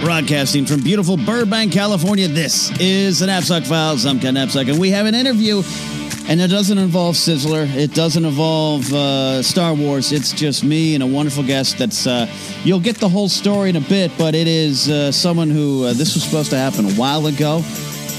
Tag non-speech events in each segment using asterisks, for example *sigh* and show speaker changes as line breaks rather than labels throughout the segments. Broadcasting from beautiful Burbank, California, this is the Knapsack Files. I'm Ken Knapsack, and we have an interview, and it doesn't involve Sizzler. It doesn't involve uh, Star Wars. It's just me and a wonderful guest that's, uh, you'll get the whole story in a bit, but it is uh, someone who, uh, this was supposed to happen a while ago,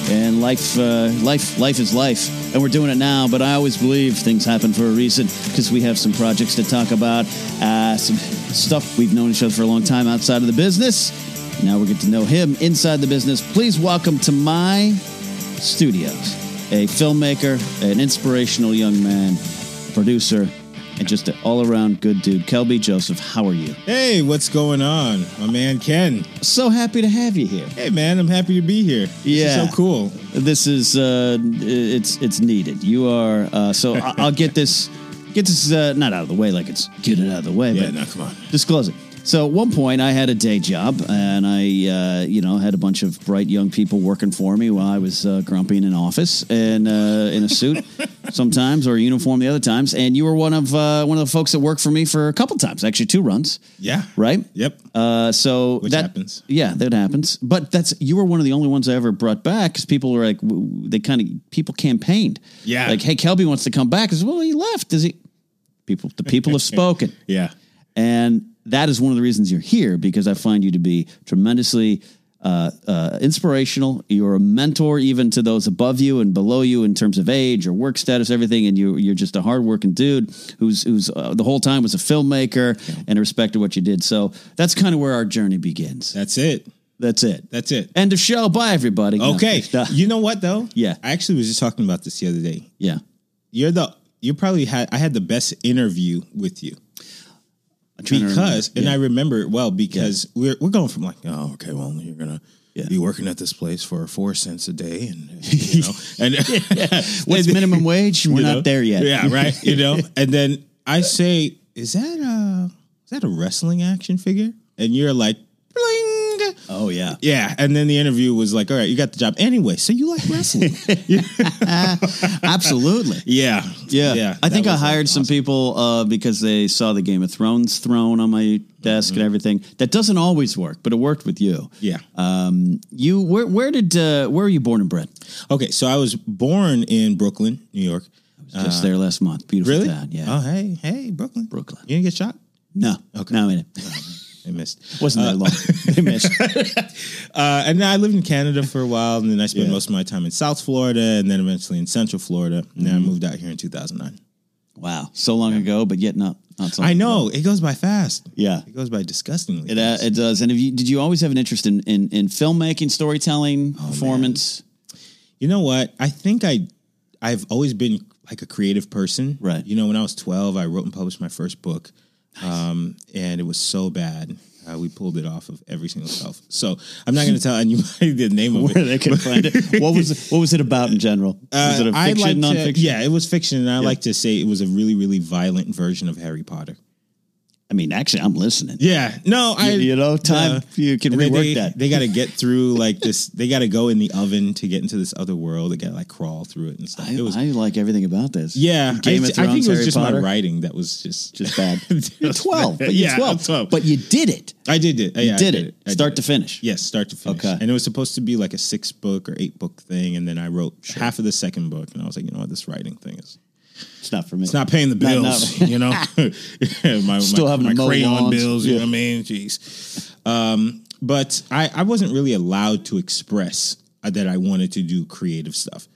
and life, uh, life, life is life, and we're doing it now, but I always believe things happen for a reason, because we have some projects to talk about, uh, some stuff we've known each other for a long time outside of the business. Now we get to know him inside the business. Please welcome to my studios a filmmaker, an inspirational young man, producer, and just an all around good dude, Kelby Joseph. How are you?
Hey, what's going on? My man Ken.
So happy to have you here.
Hey man, I'm happy to be here. This is
Yeah.
so cool.
This is uh, it's it's needed. You are uh, so I- I'll get this get this uh, not out of the way like it's get it out of the way.
Yeah,
but
no, come on.
disclose it. So at one point, I had a day job, and I, uh, you know, had a bunch of bright young people working for me while I was uh, grumpy in an office and uh, in a
*laughs*
suit sometimes, or a uniform the other times. And you were one of uh, one of the folks that worked for me for a couple times, actually two runs,
Yeah.
right?
Yep.
Uh, so
Which
that
happens.
Yeah, that happens. But that's you were one of the only ones I ever brought back because people were like, w- they kind of people campaigned.
Yeah.
like hey, Kelby wants to come back. I said, well, he left. Does he? People, the people
*laughs*
have spoken.
yeah.
And that is one of the reasons you're here because I find you to be tremendously uh, uh, inspirational. You're a mentor even to those above you and below you in terms of age or work status, everything. And you, you're just a hardworking dude who's who's uh, the whole time was a filmmaker and respected what you did. So that's kind of where our journey begins.
That's it.
That's it.
That's it.
End of show. Bye, everybody. No,
Okay.
uh,
you know what though?
Yeah.
I actually was just talking about this the other day.
yeah.
You're the you probably had I had the best interview with you.
I'm trying to remember.
Because and I remember it well because we're we're going from like, oh, okay, well you're gonna
Yeah.
be working at this place for four cents a day
*laughs*
and you know and *laughs*
what's minimum wage? We're not there yet.
Yeah, right. You
*laughs*
know, and then I say, "Is that a is that a wrestling action figure?" And you're like, "Bling."
Oh yeah.
Yeah, and then the interview was like, "All right, you got the job anyway, so you like wrestling."
Absolutely.
yeah,
*laughs* Yeah, I
that
think I
was, like,
hired some people uh, because they saw the Game of Thrones throne on my desk and everything. That doesn't always work, but it worked with you.
Mm-hmm. Yeah.
Um, you where where did uh, where were you born and bred?
okay, so I was born in Brooklyn, New York.
Just there last month. Beautiful
Uh, Really?
town. Yeah.
Oh, hey, hey, Brooklyn,
Brooklyn.
You didn't get shot?
no.
okay. Uh,
No, I
*laughs*
didn't.
I missed.
Wasn't that
*laughs*
long. They missed.
Uh, and then I lived in Canada for a while, and then I spent
Yeah.
most of my time in South Florida, and then eventually in Central Florida. And then I
Mm-hmm.
moved out here in 2009.
Wow. So long ago, but yet not not so. Long
I
ago.
know it goes by fast.
Yeah.
It goes by disgustingly.
It, uh, it does. And if you, did you always have an interest in in, in filmmaking, storytelling,
Oh, *laughs*
performance?
you know what? I think I, I've always been like a creative person.
Right.
You know, when I was 12, I wrote and published my first book, um, and it was so bad. Uh, we pulled it off of every single shelf. So I'm not going to tell anybody *laughs* the name of
Where
it.
they could find it. What was what was it about in general? was it a
Uh, I'd
fiction,
like
nonfiction?
To, yeah, it was fiction, and I like to say it was a really, really violent version of Harry Potter.
I mean, actually, I'm listening.
Yeah. No, I.
you know, time- you can
and then
rework
they,
that.
They got to
*laughs*
get through like this. They got to go in the oven to get into this other world. They got to like crawl through it and stuff.
I,
it was.
I like everything about this.
yeah,
Game
I,
of Thrones,
I think it was
Harry
just
Potter.
my writing that was just.
Just
*laughs*
bad. you're 12, but
Yeah,
you're
I'm
12.
12.
But you did it.
I did it. Yeah, I
did it.
I
Start
did
to finish.
Yes, start to finish.
Okay.
And it was supposed to be like a six book or eight book thing, and then I wrote half of the second book, and I was like, you know what, this writing thing is
It's not for me.
it's not paying the
Not-
bills, *laughs* you know.
*laughs*
*laughs* my,
Still
my,
having to
my
mow
crayon
lawns.
bills, you
Yeah.
know what I mean? Jeez. Um, but I, I wasn't really allowed to express uh, that I wanted to do creative stuff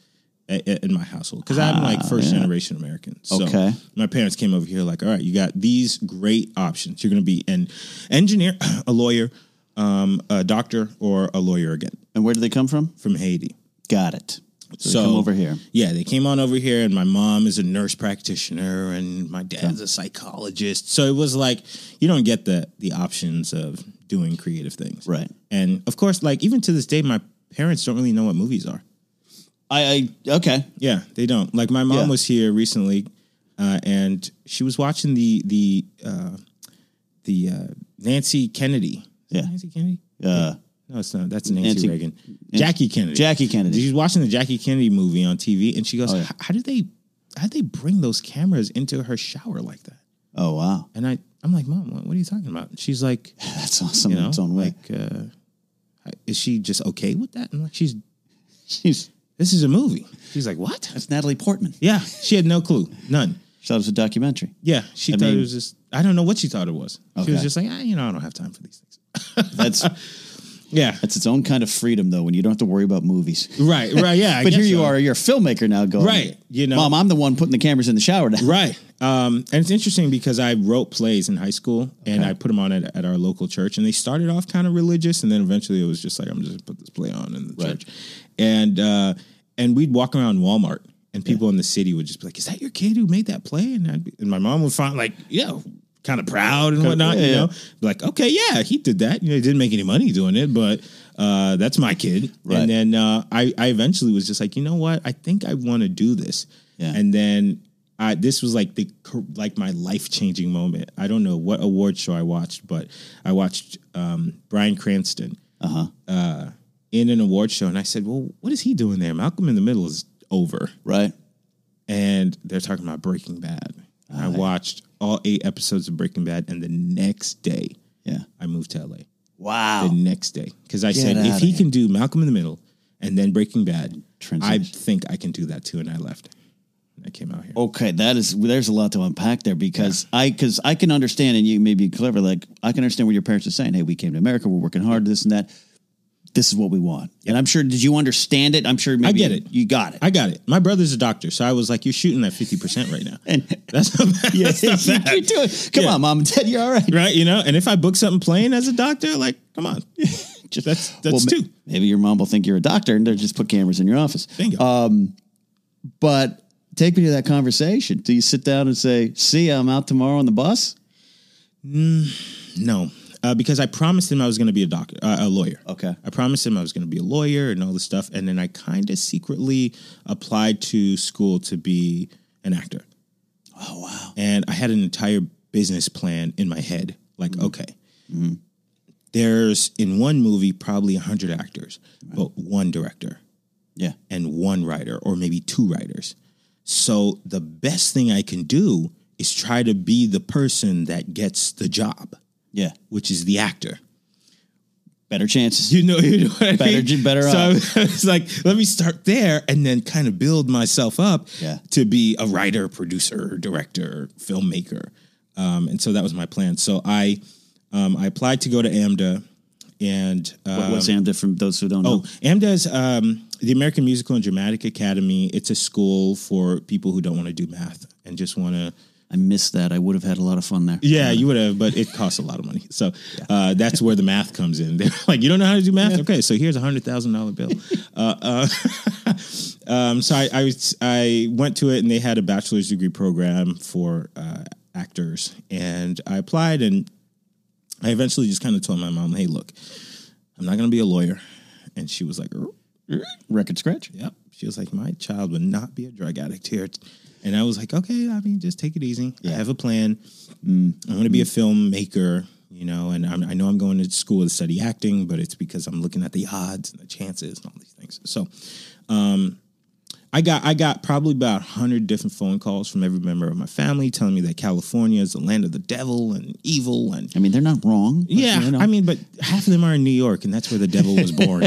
i- i- in my household because I'm like first generation American. So
Ah, Okay.
my parents came over here like, all right, you got these great options. You're going to be an engineer, *clears throat* a lawyer, um, a doctor, or a lawyer again
And where did they come from?
from Haiti.
Got it. So, they come over here.
Yeah, they came on over here, and my mom is a nurse practitioner, and my dad's a psychologist. So it was like you don't get the the options of doing creative things,
Right.
And of course, like even to this day, my parents don't really know what movies are.
I, I okay.
Yeah, they don't. Like my mom
Yeah.
was here recently, uh, and she was watching the the uh, the uh, Nancy Kennedy. Is it
Yeah.
Nancy Kennedy.
Uh,
No, it's not. That's Nancy,
Nancy-
Reagan. Jackie Kennedy.
Jackie Kennedy.
She's watching the Jackie Kennedy movie on TV, and she goes,
Oh, yeah.
"H- "How did they? How did they bring those cameras into her shower like that?"
oh wow, *laughs*
And I, I'm like, "Mom, what, what are you talking about?" And she's like,
that's awesome
"You
in *laughs*
know,
its own way.
like, uh, is she just okay with that?" And like, she's,
She's
"This is a movie." She's like, "What?"
that's Natalie Portman.
Yeah, she had no clue, none.
She thought it was a documentary.
Yeah, she thought
mean-
it was just. I don't know what she thought it was. She
Okay.
was just like, ah, you know, I don't have time for these things. *laughs*
That's
Yeah,
that's its own kind of freedom though, when you don't have to worry about movies.
right, right, yeah.
*laughs*
I
but
guess
here you
so.
are, you're a filmmaker now, going
Right, you know.
mom, I'm the one putting the cameras in the shower now.
Right. Um, and it's interesting because I wrote plays in high school and I put them on at, at our local church and they started off kind of religious and then eventually it was just like, I'm just gonna put this play on in the
Right.
church. And, uh, and we'd walk around Walmart and people in the city would just be like, is that your kid who made that play? And, I'd be, and my mom would find like, yeah, kind of proud and whatnot,
yeah,
you
yeah.
know, like, okay, yeah, he did that. You know, he didn't make any money doing it, but, uh, that's my kid.
Right.
And then, uh, I, I eventually was just like, you know what? I think I want to do this.
Yeah.
And then I this was like the cur- like my life changing moment. I don't know what award show I watched, but I watched um, Brian Cranston uh,
Uh-huh.
in an award show, and I said, "Well, what is he doing there? Malcolm in the Middle is over."
*laughs* Right.
and they're talking about Breaking Bad. And I watched all eight episodes of Breaking Bad, and the next day,
Yeah.
I moved to LA.
Wow.
The next day, because I said,
outta
if he
here.
can do Malcolm in the Middle and then Breaking Bad, I
Transition.
think I can do that too. And I left. I came out here.
Okay, that is there's a lot to unpack there because I because I can understand and you may be clever like I can understand what your parents are saying. Hey, we came to America, we're working hard, this and that. This is what we want, and I'm sure. Did you understand it? I'm sure. Maybe
get it.
You got it.
I got it. My brother's a doctor, so I was like, "You're shooting at fifty percent
*laughs*
right now."
and
*laughs* That's not
*laughs*
bad.
yeah,
That's not
you,
bad.
you do it. Come
Yeah.
on, mom and dad, you're all right.
right? You know, and if I book something plain as a doctor, like, come on,
Just-
that's that's
well, ma-
two.
Maybe your mom will think you're a doctor, and they'll just put cameras in your office.
Bingo.
Uh, But take me to that conversation. Do you sit down and say, "See, ya, I'm out tomorrow on the bus"?
no, uh, because I promised him I was going to be a doctor, uh, a lawyer.
Okay.
I promised him I was going to be a lawyer and all this stuff, and then I kind of secretly applied to school to be an actor.
Oh wow.
and I had an entire business plan in my head. Like, okay, there's in one movie probably hundred actors, but one director
Yeah.
and one writer, or maybe two writers. So the best thing I can do is try to be the person that gets the job,
Yeah.
which is the actor.
Better chances.
You know, *laughs* you know what I
Better-
mean?
better
So *laughs*
off.
it's like, let me start there and then kind of build myself up
Yeah.
to be a writer, producer, director, filmmaker. Um, and so that was my plan. So I, um, I applied to go to AMDA, and uh,
What- What's AMDA from those who don't know?
Oh, AMDA is um, the American Musical and Dramatic Academy. It's a school for people who don't want to do math and just want to.
I missed that. I would have had a lot of fun there.
Yeah, you would have, but it costs a lot of money. So uh, that's where the math comes in. *laughs* They're like, you don't know how to do math? Okay, so here's a hundred thousand dollar bill. uh, uh, *laughs* um, so I I, was, I went to it, and they had a bachelor's degree program for uh, actors, and I applied, and I eventually just kind of told my mom, "Hey, look, I'm not going to be a lawyer," and she was like, "Er,
Record scratch.
Yep. She was like, my child would not be a drug addict here. And I was like, okay, I mean, just take it easy. I have a plan. Mm, I'm going to be a filmmaker, you know, and I'm, I know I'm going to school to study acting, but it's because I'm looking at the odds and the chances and all these things. So, um, I got I got probably about hundred different phone calls from every member of my family telling me that California is the land of the devil and evil and
I mean, they're not wrong. but,
yeah,
you know.
I mean, but half of them are in New York, and that's where the devil
*laughs*
was born.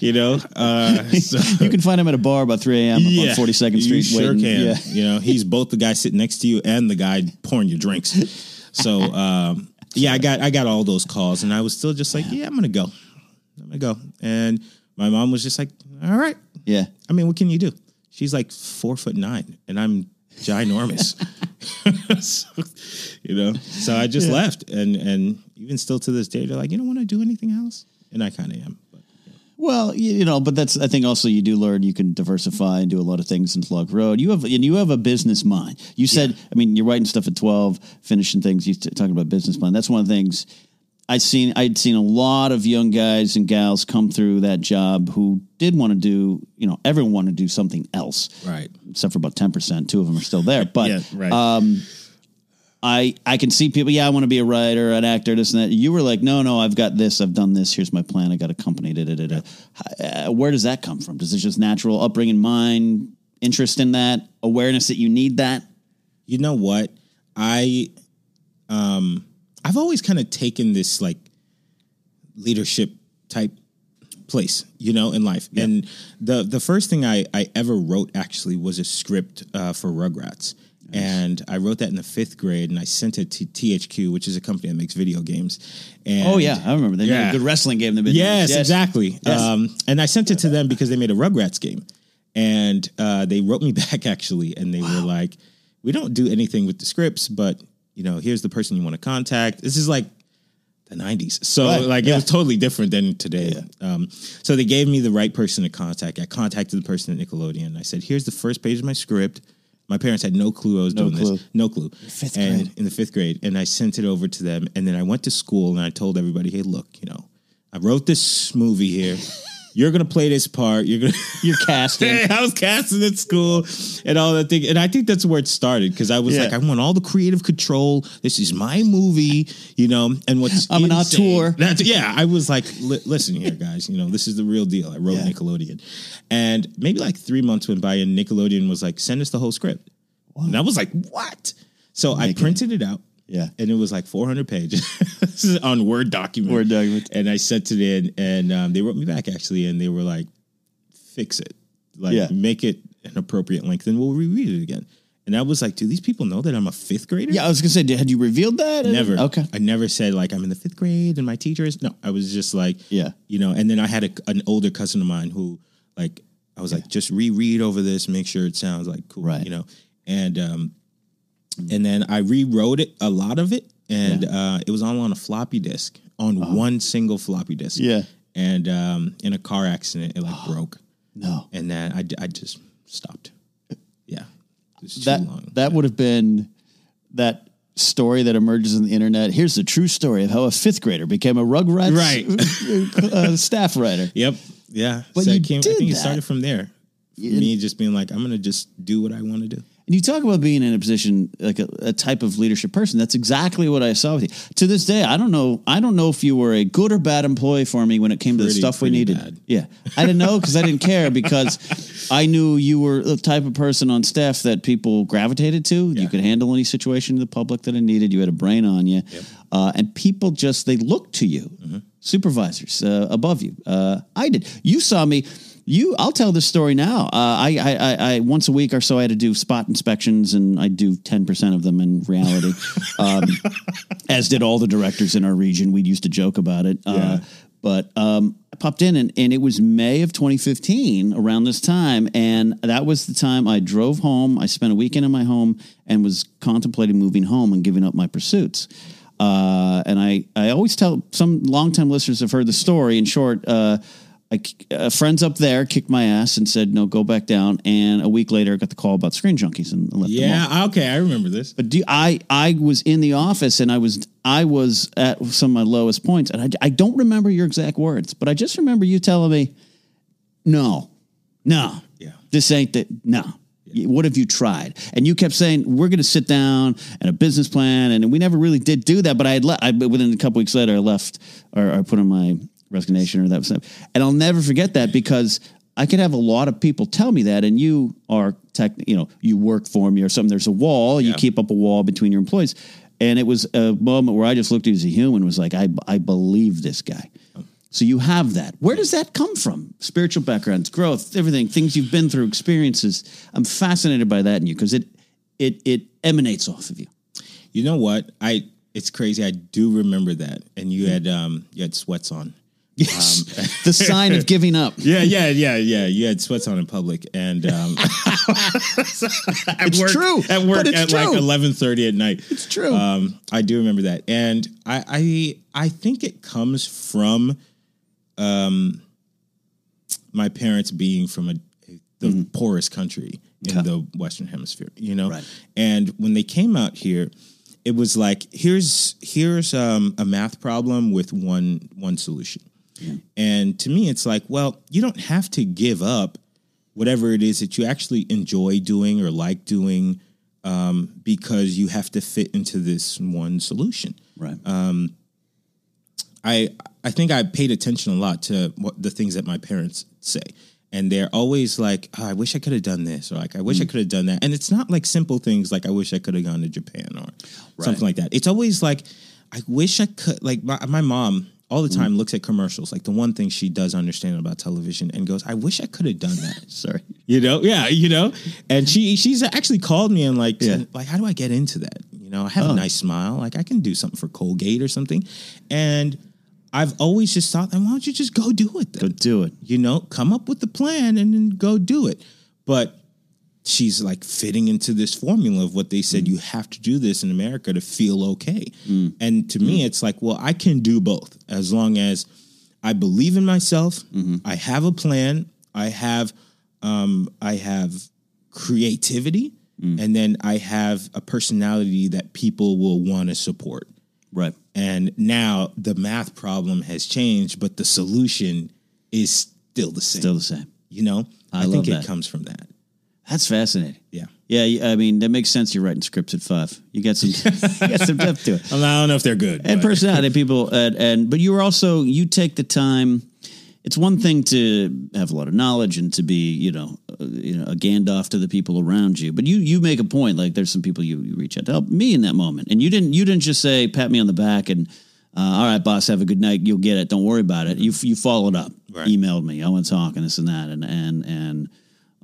you know, uh, so,
you can find him at a bar about 3 a.m.
*laughs* yeah,
on 42nd Street.
You sure
waiting.
can.
Yeah.
You know, he's both the guy sitting next to you and the guy pouring you drinks. So, um, yeah, I got I got all those calls, and I was still just like, yeah, I'm gonna go, I'm gonna go. And my mom was just like, all right,
Yeah.
I mean, what can you do? She's like four foot nine, and I'm ginormous. *laughs* So, you know, so I just left, and and even still to this day, they're like, you don't want to do anything else, and I kind of am. But,
Well, y- you know, but that's I think also you do learn you can diversify and do a lot of things in Slug Road. You have and you have a business mind. You said, I mean, you're writing stuff at twelve, finishing things. You t- talking about business plan. That's one of the things I'd seen. I'd seen a lot of young guys and gals come through that job who did want to do. You know, everyone wanted to do something else,
Right.
Except for about ten percent. Two of them are still there, but uh,
Yeah, right.
uh,
I I can see people. Yeah, I want to be a writer, an actor, this and that. You were like, no, no, I've got this. I've done this. Here's my plan. I got a company. Da, da, da, da. Uh, Where does that come from? Does it just natural upbringing, mind, interest in that, awareness that you need that?
you know what i um i've always kind of taken this like leadership type place you know in life and the the first thing i i ever wrote actually was a script uh, for rugrats and i wrote that in the fifth grade and i sent it to thq which is a company that makes video games and
Oh yeah, I remember. They made
Yeah.
a good wrestling game. They made
Yes, exactly.
Yes.
Um, and I sent it to them because they made a Rugrats game, and uh, they wrote me *laughs* back actually, and they were like, "We don't do anything with the scripts, but you know, here's the person you want to contact." This is like the '90s, so
Right,
like
yeah.
it was totally different than today. Um, so they gave me the right person to contact. I contacted the person at Nickelodeon. and I said, "Here's the first page of my script." My parents had no clue I was doing
clue.
this. No clue. Fifth and grade. in the fifth grade, and I sent it over to them. And then I went to school and I told everybody, "Hey, look, you know, I wrote this movie *laughs* here. You're gonna play this part. You're gonna."
You're casting. *laughs*
*laughs* I was casting at school and all that thing, and I think that's where it started because I was
Yeah.
like, I want all the creative control. This is my movie, you know. And what's
I'm an
insane-
auteur.
That's, yeah, I was like, li- listen here, guys, you know, this is the real deal. I wrote
Yeah.
Nickelodeon, and maybe like three months went by, and Nickelodeon was like, send us the whole script, and I was like, what? So I printed it out.
Yeah.
And it was like 400 pages *laughs* This is on Word document.
Word document.
And I sent it in, and um, they wrote me back actually, and they were like, fix it. Like
Yeah.
make it an appropriate length and we'll reread it again. And I was like, do these people know that I'm a fifth grader?
Yeah, I was gonna say, did- had you revealed that?
*laughs* Never.
Okay.
I never said like I'm in the fifth grade and my teacher is no. I was just like,
Yeah.
you know. And then I had a, an older cousin of mine who, like, I was like, just reread over this, make sure it sounds like cool,
Right.
you know. And um, and then I rewrote it a lot of it, and uh, it was all on a floppy disk, on one single floppy disk.
Uh-huh. Yeah. Oh.
And um, in a car accident, it like broke,
No.
and then I I just stopped. Yeah, it was too
that
long.
that would have been that story that emerges on the internet. Here's the true story of how a fifth grader became a Rugrats *laughs* uh, staff writer.
Yep. Yeah.
But
so
you
it came,
did
I think it
that.
started from there. For me just being like, I'm gonna just do what I want to do.
And you talk about being in a position like a, a type of leadership person. That's exactly what I saw with you. To this day, I don't know. I don't know if you were a good or bad employee for me when it came to
Pretty-
the stuff we
pretty
needed.
bad.
Yeah, I didn't know because I didn't care because I knew you were the type of person on staff that people gravitated to. You could handle any situation in the public that it needed. You had a brain on you, uh, and people just they looked to you, supervisors uh, above you. Uh, I did. You saw me. You, I'll tell this story now. Uh, I, I, I, I, once a week or so, I had to do spot inspections, and I do ten percent of them in reality. um, as did all the directors in our region. We used to joke about it. Uh, but um, I popped in, and, and it was May of 2015 around this time. And that was the time I drove home. I spent a weekend in my home and was contemplating moving home and giving up my pursuits. Uh, and I, I always tell some longtime listeners have heard the story. In short, uh, I, uh, friends up there kicked my ass and said, no, go back down. And a week later, I got the call about Screen Junkies and left them all.
Yeah, okay, I remember this.
But do I I was in the office and I was I was at some of my lowest points and I, I don't remember your exact words, but I just remember you telling me, no, no,
Yeah.
this ain't the no. What have you tried? And you kept saying we're going to sit down and a business plan, and we never really did do that. But I had left. I, within a couple weeks later, I left or I put in my resignation or that was, and I'll never forget that because I could have a lot of people tell me that, and you are tech, you know, you work for me or something. There's a wall. You
Yeah.
keep up a wall between your employees, and it was a moment where I just looked at you as a human, and was like, I I believe this guy. So you have that. Where does that come from? Spiritual backgrounds, growth, everything, things you've been through, experiences. I'm fascinated by that in you because it it it emanates off of you.
You know what? I it's crazy. I do remember that. And you had um you had sweats on.
Yes.
*laughs*
the sign of giving up.
Um, Yeah, yeah, yeah, yeah. You had sweats on in public, *laughs* and um, at
It's
work,
true,
*laughs* At work
but it's
at like
true.
eleven thirty at night.
It's true.
Um, I do remember that, and I, I, I think it comes from, um, my parents being from a, a the poorest country in
Yeah.
the Western Hemisphere, you know.
Right.
And when they came out here, it was like here's here's um, a math problem with one one solution. And to me, it's like, well, you don't have to give up whatever it is that you actually enjoy doing or like doing um, because you have to fit into this one solution.
Right.
I I think I paid attention a lot to what the things that my parents say. And they're always like, oh, I wish I could have done this, or like, I wish I could have done that. And it's not like simple things like, I wish I could have gone to Japan or something like that. It's always like, I wish I could. Like, my, my mom all the time looks at commercials, like the one thing she does understand about television, and goes, I wish I could have done that.
Sorry.
You know, yeah, you know, and she she's actually called me and like,
Yeah.
like how do I get into that? You know, I have a nice smile, like I can do something for Colgate or something, and I've always just thought, then why don't you just go do it?
Go
Then?
do it.
You know, come up with the plan and then go do it. But she's like fitting into this formula of what they said you have to do this in America to feel okay. And to me, it's like, well, I can do both as long as I believe in myself. I have a plan. I have, um, I have creativity, and then I have a personality that people will want to support.
Right.
And now the math problem has changed, but the solution is still the same.
Still the same.
you know, I,
love
think
that.
it comes from that.
That's fascinating.
Yeah.
Yeah. you- I mean, that makes sense. You're writing scripts at five. You got some. *laughs* you got some depth to it.
I, mean, I don't know if they're good.
and
but-
personality people and, and but you were also you take the time it's one thing to have a lot of knowledge and to be you know uh, you know a gandalf to the people around you but you you make a point like there's some people you, you reach out to help me in that moment and you didn't you didn't just say pat me on the back and uh, all right boss have a good night you'll get it don't worry about it you you followed up
Right.
emailed me i want to talk and this and that and and and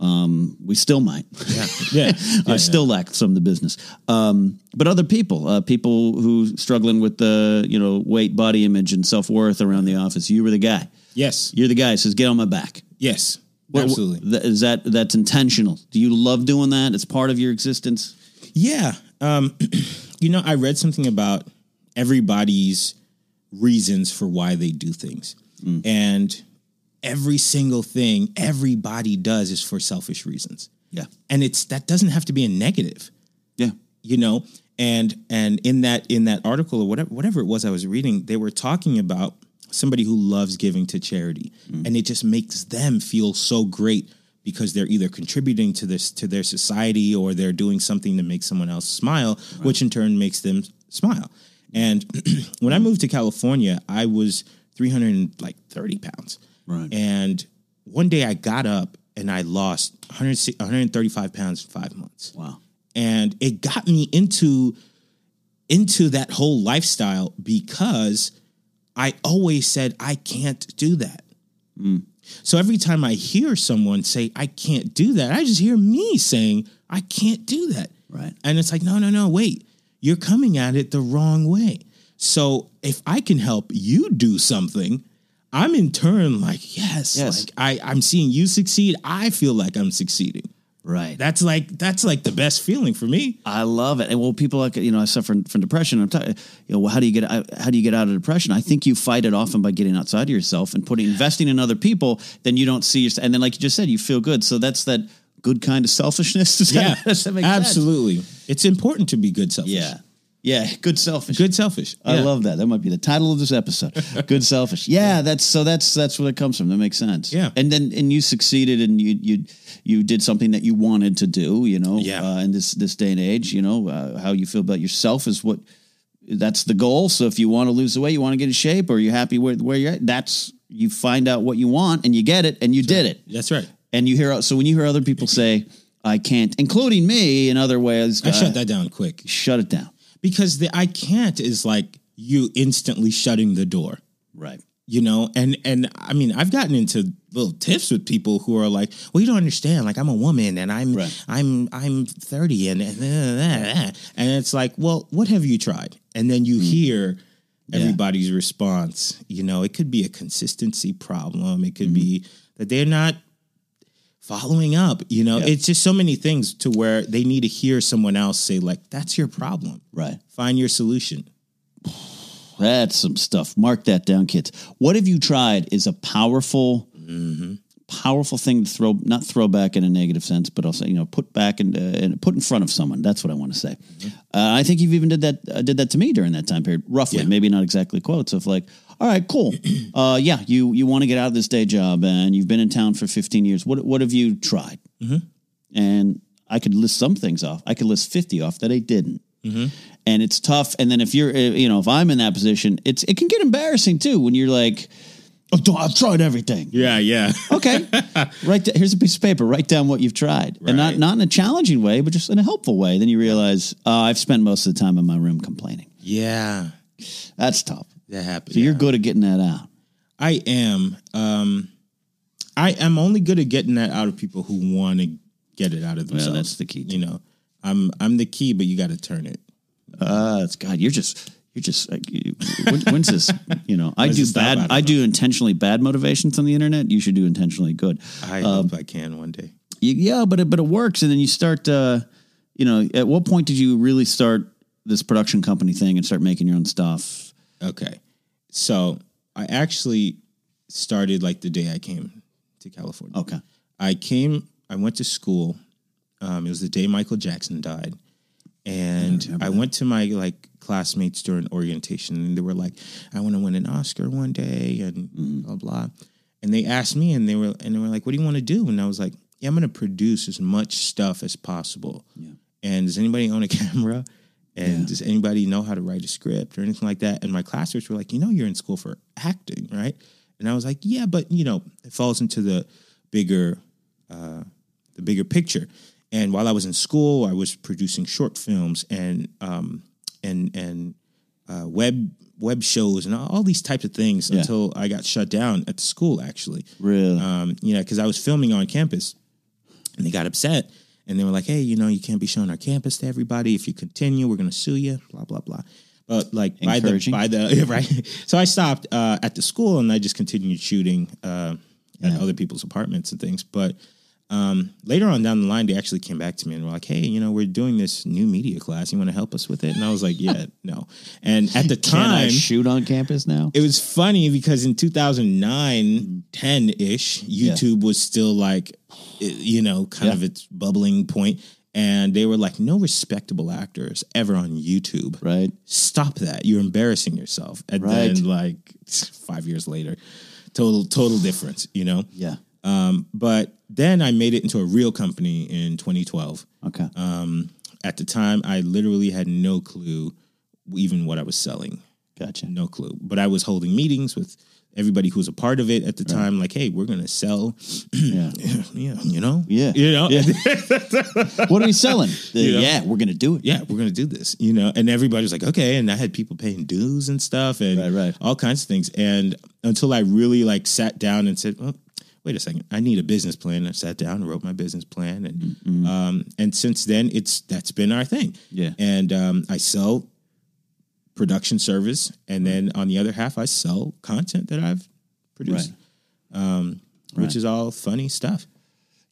um, we still might *laughs*
yeah.
I still lack some of the business. Um, but other people, uh, people who struggling with the you know weight, body image, and self worth around the office. You were the guy.
Yes.
You're the guy who says, "Get on my back."
Yes.
What-
Absolutely.
Th- is that that's intentional? Do you love doing that? It's part of your existence.
Yeah. Um, *clears throat* you know, I read something about everybody's reasons for why they do things.
Mm.
And every single thing everybody does is for selfish reasons.
Yeah,
And it's that doesn't have to be a negative.
yeah,
you know and and in that in that article or whatever whatever it was i was reading they were talking about somebody who loves giving to charity and it just makes them feel so great because they're either contributing to this to their society or they're doing something to make someone else smile which in turn makes them smile and *clears throat* when i moved to california i was 330 pounds
Right.
and one day i got up and i lost 100, 135 pounds in five months
wow,
and it got me into into that whole lifestyle because I always said I can't do that.
Hmm.
So every time I hear someone say I can't do that, I just hear me saying I can't do that.
Right.
And it's like no, no, no, wait. You're coming at it the wrong way. So if I can help you do something, I'm in turn like, yes,
Yes.
like I, I'm seeing you succeed. I feel like I'm succeeding
right.
that's like that's like the best feeling for *laughs* me.
I love it. And well, people like you know, I suffer from depression. I'm talking, you know, well, how do you get out- how do you get out of depression? I think you fight it often by getting outside of yourself and putting investing in other people. Then you don't see yourself, and then like you just said, you feel good. So that's that good kind of selfishness. *laughs* Does
*laughs*
that- does that make sense?
absolutely. It's important to be good selfish.
Yeah, yeah, good selfish.
good selfish.
I
Yeah.
love that. That might be the title of this episode.
*laughs*
Good selfish. Yeah, that's so that's that's where it comes from. That makes sense.
Yeah.
And then and you succeeded and you you you did something that you wanted to do, you know.
Yeah.
Uh, in this this day and age, you know, uh, how you feel about yourself is what that's the goal. So if you want to lose the weight, you want to get in shape or you're happy with where you're at, that's you find out what you want and you get it and you did it.
That's right.
And you hear so when you hear other people say I can't, including me in other ways,
I
uh,
shut that down quick
shut it down.
because the I can't is like you instantly shutting the door.
Right.
You know, and and I mean, I've gotten into little tiffs with people who are like, "Well, you don't understand. Like, I'm a woman, and I'm
Right.
I'm I'm 30, and and, and it's like, well, what have you tried? And then you
Hmm.
hear everybody's response. You know, it could be a consistency problem. It could
Hmm.
be that they're not following up. You know, it's just so many things to where they need to hear someone else say, like, "That's your problem.
Right.
Find your solution."
That's some stuff. Mark that down, kids. What have you tried is a powerful, powerful thing to throw, not throw back in a negative sense, but also you know put back and, uh, and put in front of someone. That's what I want to say. Uh, I think you've even did that uh, did that to me during that time period, roughly.
Yeah.
Maybe not exactly quotes of like, all right, cool. uh, yeah, you you want to get out of this day job, and you've been in town for 15 years. What what have you tried? and I could list some things off. I could list 50 off that I didn't. And it's tough. And then if you're, uh, you know, if I'm in that position, it's it can get embarrassing too when you're like, oh, don't- I've tried *laughs* everything.
Yeah, yeah.
Okay, right. Here's a piece of paper. Write down what you've tried, and not
Right.
not in a challenging way, but just in a helpful way. Then you realize uh, I've spent most of the time in my room complaining.
yeah,
That's tough.
that happened.
So you're good at getting that out.
I am. Um, I am only good at getting that out of people who want to get it out of themselves.
that's the key,
You know, I'm I'm the key, but you got to turn it.
Uh, it's God. You're just you're just like you, when, when's this? You *laughs* know, I do
this stop?
bad.
I don't
I, do intentionally bad motivations on the internet. You should do intentionally good.
I hope I can one day.
You- yeah, but it, but it works, and then you start. Uh, you know, at what point did you really start this production company thing and start making your own stuff?
Okay, so I actually started like the day I came to California.
Okay,
I came, I went to school. Um, it was the day Michael Jackson died. And I, went to my like classmates during orientation and they were like, I want to win an Oscar one day and blah blah. And they asked me and they were and they were like, What do you want to do? And I was like, Yeah, I'm gonna produce as much stuff as possible. And does anybody own a *laughs* camera? And does anybody know how to write a script or anything like that? And my classmates were like, you know, you're in school for acting, right? And I was like, yeah, but you know, it falls into the bigger, uh, the bigger picture. And while I was in school, I was producing short films and um, and and uh, web web shows and all all these types of things until I got shut down at the school. Actually,
really?
um, you know, because I was filming on campus, and they got upset, and they were like, "Hey, you know, you can't be showing our campus to everybody. If you continue, we're gonna sue you." Blah blah blah. But like by the
Encouraging.
by the *laughs* yeah, right, so I stopped uh, at the school and I just continued shooting uh, at other people's apartments and things. But um, later on down the line, they actually came back to me and were like, "Hey, you know, we're doing this new media class. You want to help us with it?" And I was like, "Yeah, *laughs* no." And at the
Can I
time,
shoot on campus now?
it was funny because in 2009 10-ish youtube was still like i- you know kind
Yeah.
of its bubbling point and they were like no respectable actors ever on youtube
right.
stop that you're embarrassing yourself and
Right.
then like five years later total total difference you know
Yeah.
um, but then i made it into a real company in 2012
Okay.
um, at the time i literally had no clue even what i was selling *clears throat*
gotcha.
no clue. But I was holding meetings with everybody who was a part of it at the time, like, hey, we're gonna sell, *laughs*
Yeah.
yeah, you know,
Yeah.
you know, yeah. *laughs*
what are we selling? The-
You know?
Yeah, we're gonna do it.
we're gonna do this, you know. And everybody was like, okay. And I had people paying dues and stuff, and
Right, right.
all kinds of things. And until I really like sat down and said, well, wait a second, I need a business plan. I sat down and wrote my business plan, and um, and since then, it's that's been our thing.
Mm-hmm. Yeah.
and um, I sell production service, and then on the other half, I sell content that I've produced.
Right.
which is all funny stuff.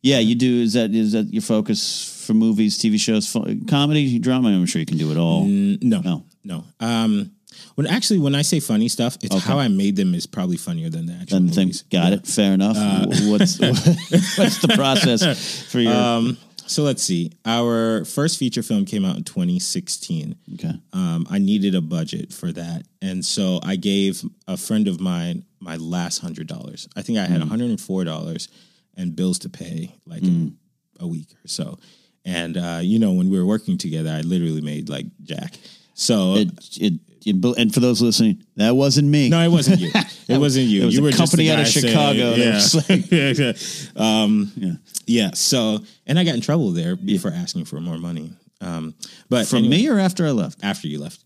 Yeah, you do. Is that is that your focus for movies, TV shows, fo- comedy, drama? I'm sure you can do it all.
No,
No.
no, no. Um, when actually, when I say funny stuff, it's how I made them is probably funnier than the actual
Then
movies.
things got it. Fair enough.
Uh,
Wh- what's *laughs* what's the process
*laughs*
for your?
Um, so let's see. Our first feature film came out in 2016.
okay.
Um, I needed a budget for that, and so I gave a friend of mine my last hundred dollars. I think I had 104 dollars and bills to pay, like in a week or so. And uh, you know, when we were working together, I literally made like Jack. So
It, it, it bl- and for those listening, that wasn't me.
No, it wasn't
*laughs*
you. It wasn't you.
was
you
a
were just the
company out of
guy saying-
Chicago that was
*laughs* yeah. yeah, yeah. Um, yeah. So, and I got in trouble there for asking for more money. Um, but
from
anyway,
me or after I left. Uh,
after you left,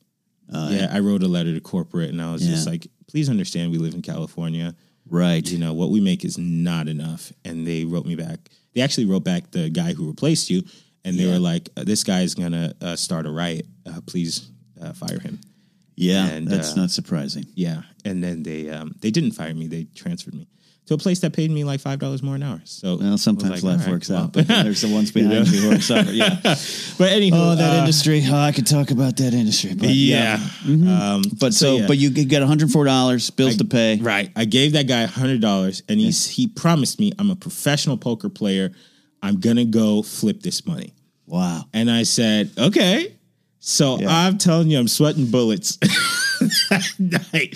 yeah, I wrote a letter to corporate, and I was just like, "Please understand, we live in California.
Right.
You know what we make is not enough." And they wrote me back. They actually wrote back the guy who replaced you, and they were like, "This guy is gonna uh, start a riot. Uh, please uh, fire him."
Yeah,
And,
that's
uh,
not surprising.
Yeah, and then they um, they didn't fire me; they transferred me. to a place that paid me like five dollars more an hour. So I
Well,
was
sometimes
like, all
life
right,
works
well.
out, but then there's the ones behind *laughs* you who are suffering. Yeah.
But anywho,
*laughs* Oh, that
uh,
industry. Oh, I could talk about that industry. But
Yeah.
Mm-hmm.
Um,
But so,
yeah.
but you get $104 bills to pay.
Right. I gave that guy hundred dollars, and he's he promised me I'm a professional poker player. I'm gonna go flip this money.
Wow. *laughs*
And I said, okay. So I'm telling you, I'm sweating bullets *laughs* that night.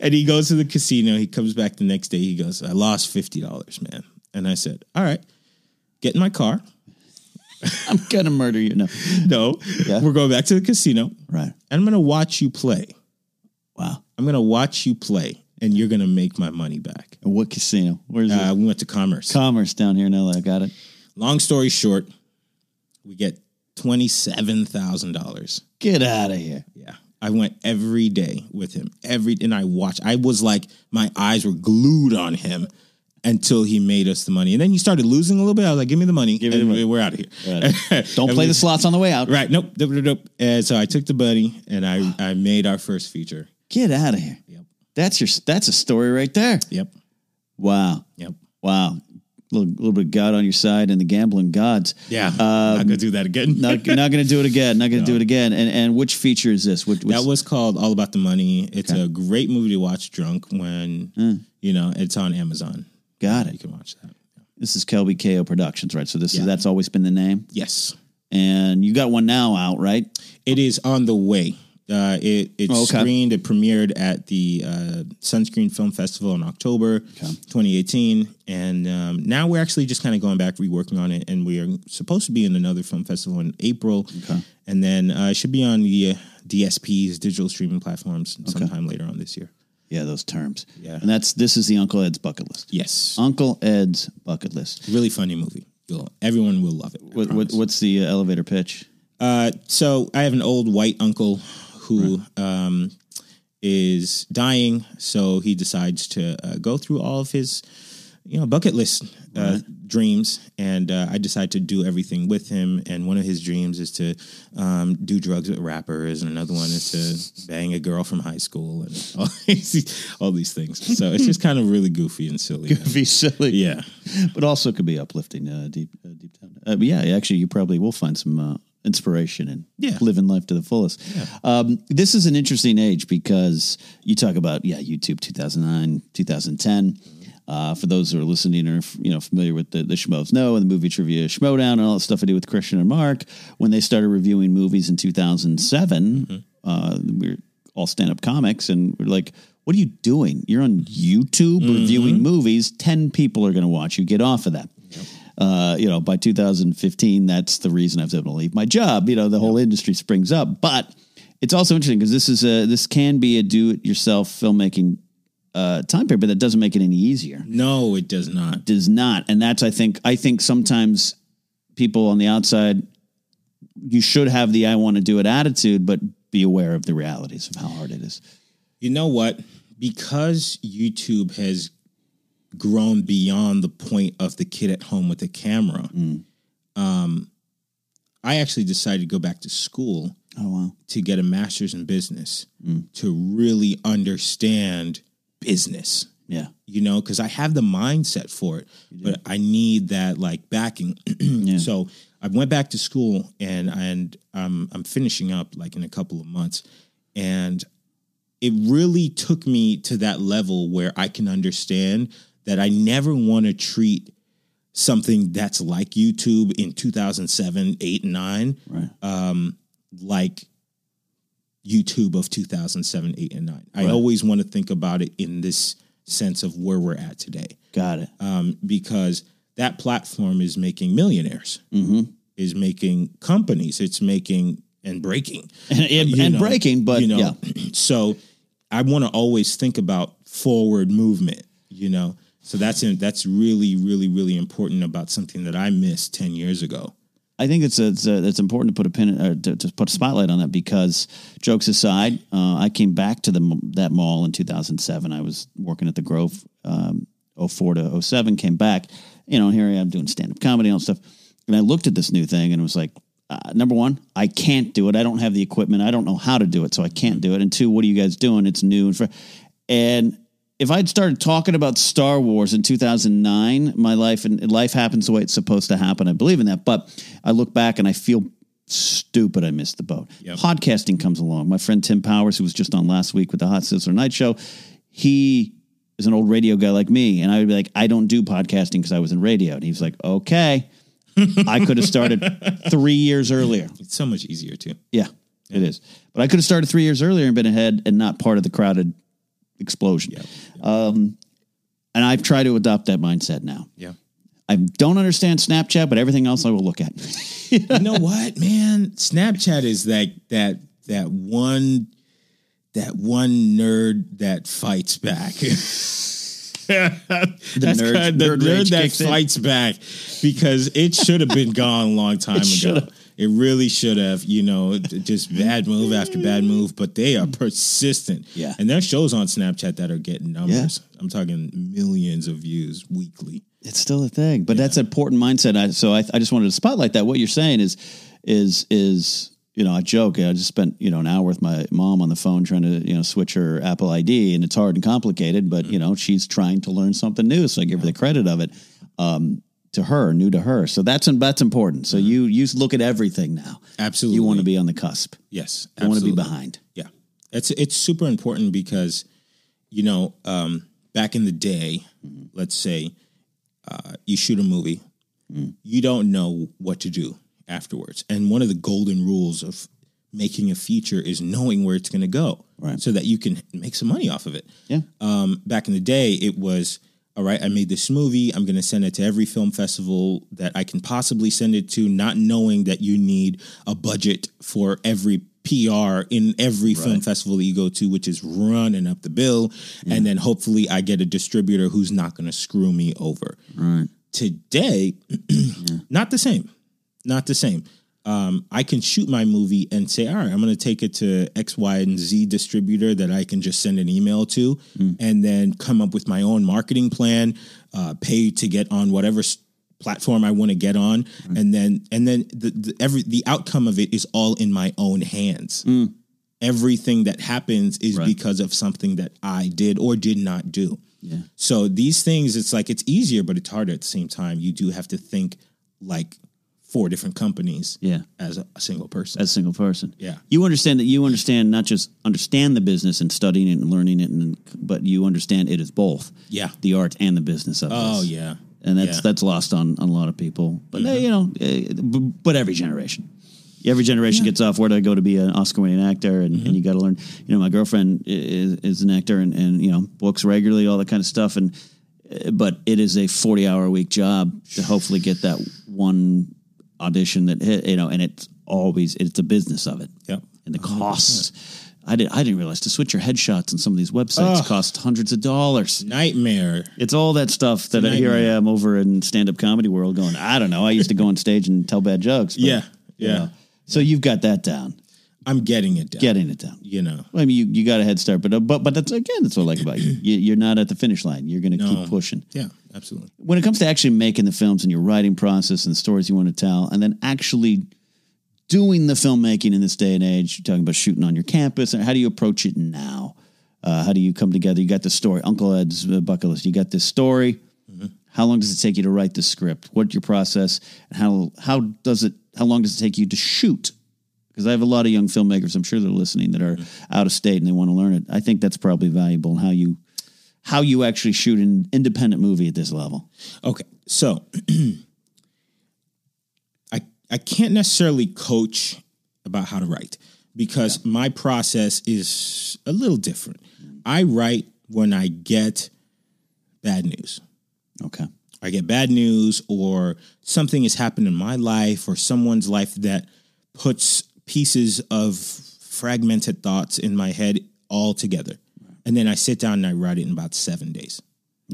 And he goes to the casino. He comes back the next day. He goes, I lost fifty dollars, man. And I said, all right, get in my car. *laughs*
I'm going to murder you. No.
No,
Yeah.
we're going back to the casino,
Right.
and I'm gonna watch you play.
Wow.
I'm gonna watch you play, and you're gonna make my money back.
And what casino? Where's
Uh,
it?
we went to Commerce.
Commerce down here in LA. I got it.
Long story short, we get twenty seven thousand dollars.
Get out of here.
Yeah, I went every day with him. Every and I watched. I was like, my eyes were glued on him until he made us the money, and then he started losing a little bit. I was like, give me the money.
me the
and
money.
We're out of here.
*laughs* Don't
And
play
we-
the slots on the way out.
Right. Nope. Nope. Nope. nope. And so I took the money and I I made our first feature.
Get out of here.
Yep.
That's your. That's a story right there.
Yep.
Wow.
Yep.
Wow. little, little bit of God on your side and the gambling gods. Uh,
Yeah. I'm not gonna do that again.
Not, not going to do it again. Not going to do it again. And and which feature is this? Which, which
*laughs* That was called All About the Money. It's a great movie to watch drunk when you know it's on Amazon.
got
You
it.
can watch that.
This is Kelby KO Productions, right? So this
Yeah.
is that's always been the name.
Yes,
And you got one now out, right?
it is on the way. Uh, it it
Oh, Okay.
screened. It premiered at the uh, Sunscreen Film Festival in October 2018, and um, now we're actually just kind of going back, reworking on it, and we are supposed to be in another film festival in April, and then uh, it should be on the uh, DSPs, digital streaming platforms, sometime later on this year.
Yeah, those terms.
Yeah.
And that's this is the Uncle Ed's bucket list.
Yes,
Uncle Ed's bucket list.
really funny movie. You'll, everyone will love it. I
What,
promise.
what, what's the uh, elevator pitch?
Uh, so I have an old white uncle who um, is dying, so he decides to uh, go through all of his, you know, bucket list uh, dreams, and uh, I decide to do everything with him. And one of his dreams is to um, do drugs with rappers, and another one is to bang a girl from high school, and *laughs* all these, all these things. So it's just kind of really goofy and silly.
Be silly.
Yeah,
but also could be uplifting uh, deep uh, deep down. Uh, but yeah, actually, you probably will find some uh, inspiration and
Yeah.
*laughs* living life to the fullest. Um, this is an interesting age because you talk about yeah, YouTube 2009, 2010. Uh, for those who are listening or you know familiar with the, the Schmoes know and the movie trivia Schmodown and all that stuff I do with Christian and Mark, when they started reviewing movies in 2007, uh, we we're all stand up comics and we're like, what are you doing? You're on YouTube reviewing movies. 10 people are going to watch you. Get off of that. Uh, you know, by 2015, that's the reason I was able to leave my job. You know, the whole industry springs up, but it's also interesting because this is a, this can be a do it yourself filmmaking, uh, time period, but that doesn't make it any easier
no, it does not.
does not and that's i think i think sometimes people on the outside you should have the i want to do it attitude but be aware of the realities of how hard it is
You know what? Because YouTube has grown beyond the point of the kid at home with a camera, um, I actually decided to go back to school
oh wow
to get a master's in business to really understand business
yeah
you know, because I have the mindset for it, but I need that like backing. *clears throat* So I went back to school and and um, I'm finishing up like in a couple of months, and it really took me to that level where I can understand that I never want to treat something that's like YouTube in 2007, 8, and 9
right
um, like YouTube of 2007, 8, and 9. I always want to think about it in this sense of where we're at today
got it
um, because that platform is making millionaires,
Mm-hmm.
is making companies, it's making and breaking
*laughs* and,
you
and
know,
breaking but
you know,
yeah
*clears throat* so I want to always think about forward movement, you know. So that's in, that's really really really important about something that I missed ten years ago.
I think it's it's, uh, it's important to put a pin uh, to, to put a spotlight on that because jokes aside, uh, I came back to the m- that mall in 2007. I was working at the Grove, um, 04 to 07. Came back, you know, here I am doing stand up comedy and all that stuff. And I looked at this new thing and was like, uh, number one, I can't do it. I don't have the equipment. I don't know how to do it, so I can't do it. And two, what are you guys doing? It's new and fr- and if I'd started talking about Star Wars in 2009, my life and life happens the way it's supposed to happen. I believe in that, but I look back and I feel stupid. I missed the boat.
Yep.
Podcasting comes along. My friend Tim Powers, who was just on last week with the Hot Sizzler Night Show, he is an old radio guy like me, and I would be like, I don't do podcasting because I was in radio, and he was like, Okay, I could have started three years earlier.
It's so much easier too.
Yeah, it is. But I could have started three years earlier and been ahead and not part of the crowded explosion. Um, And I've tried to adopt that mindset now.
Yeah.
I don't understand Snapchat, but everything else I will look at.
you know what, man? Snapchat is like that that one that one nerd that fights back. *laughs* That's
nerd-
kind- the
nerd
nerd,
rage
that
kicks in.
fights back because it should have been gone
*laughs*
a long time ago. It really should have, you know, it- just bad move after bad move, but they are persistent.
Yeah.
And there's shows on Snapchat that are getting numbers. I'm talking millions of views weekly.
it's still a thing, but that's an important mindset. I, so I, I just wanted to spotlight that. What you're saying is, is, is, you know, I joke. I just spent you know an hour with my mom on the phone trying to you know switch her Apple ID, and it's hard and complicated. But you
Mm-hmm.
know, she's trying to learn something new, so I give her the credit of it. Um, to her, new to her, so that's that's important. So you you look at everything now.
Mm-hmm. Absolutely.
You want to be on the cusp.
Yes.
You want to be
absolutely.
behind.
Yeah, it's it's super important because you know um, back in the day, let's say uh, you shoot a movie, you don't know what to do afterwards, and one of the golden rules of making a feature is knowing where it's going to go,
Right.
So that you can make some money off of it.
Yeah.
Um, back in the day, it was all right. I made this movie. I'm going to send it to every film festival that I can possibly send it to, not knowing that you need a budget for every PR in every film festival that you go to, which is running up the bill, and then hopefully I get a distributor who's not going to screw me over.
Right.
Today, *clears throat* not the same. Not the same. Um, I can shoot my movie and say, all right, I'm going to take it to X, Y, and Z distributor that I can just send an email to and then come up with my own marketing plan, uh, pay to get on whatever s- platform I want to get on. And then, and then the, the, every, the outcome of it is all in my own hands. Everything that happens is because of something that I did or did not do.
Yeah.
So these things, it's like it's easier, but it's harder at the same time. You do have to think like four different companies
Yeah.
as a, a single person.
as a single person.
Yeah.
You understand that you understand not just understand the business and studying it and learning it, and but you understand it is both.
Yeah.
The art and the business of
oh
this.
yeah,
And that's
Yeah.
that's lost on, on a lot of people. But eh, you know, eh, b- but every generation. Every generation gets off. Where do I go to be an Oscar-winning actor? And, and you got to learn. You know, my girlfriend i- is, is an actor, and, and you know, books regularly, all that kind of stuff. And eh, but it is a forty-hour-a-week job to hopefully get that one audition that hit. You know, and it's always it's the business of it.
Yep.
And the costs. I did. I didn't realize to switch your headshots on some of these websites costs hundreds of dollars.
nightmare.
It's all that stuff that I, here I am over in stand up comedy world going, I don't know. I used to go on stage and tell bad jokes. but,
Yeah,
you
yeah.
know. So you've got that down,
I'm getting it down.
getting it down.
you know,
Well, I mean, you, you got a head start, but uh, but but that's again, that's what I like about
*clears throat*
you. you you're not at the finish line. You're going to keep pushing.
yeah, absolutely.
When it comes to actually making the films and your writing process and the stories you want to tell, and then actually doing the filmmaking in this day and age, you're talking about shooting on your campus, and how do you approach it now? Uh, how do you come together? You got the story, Uncle Ed's uh, bucket list. You got this story. How long does it take you to write the script? What's your process? And how how does it? How long does it take you to shoot? Because I have a lot of young filmmakers. I'm sure they're listening that are out of state and they want to learn it. I think that's probably valuable and how you how you actually shoot an independent movie at this level.
Okay, so *clears throat* I I can't necessarily coach about how to write because my process is a little different. I write when I get bad news.
Okay.
I get bad news or something has happened in my life or someone's life that puts pieces of fragmented thoughts in my head all together. And then I sit down and I write it in about seven days.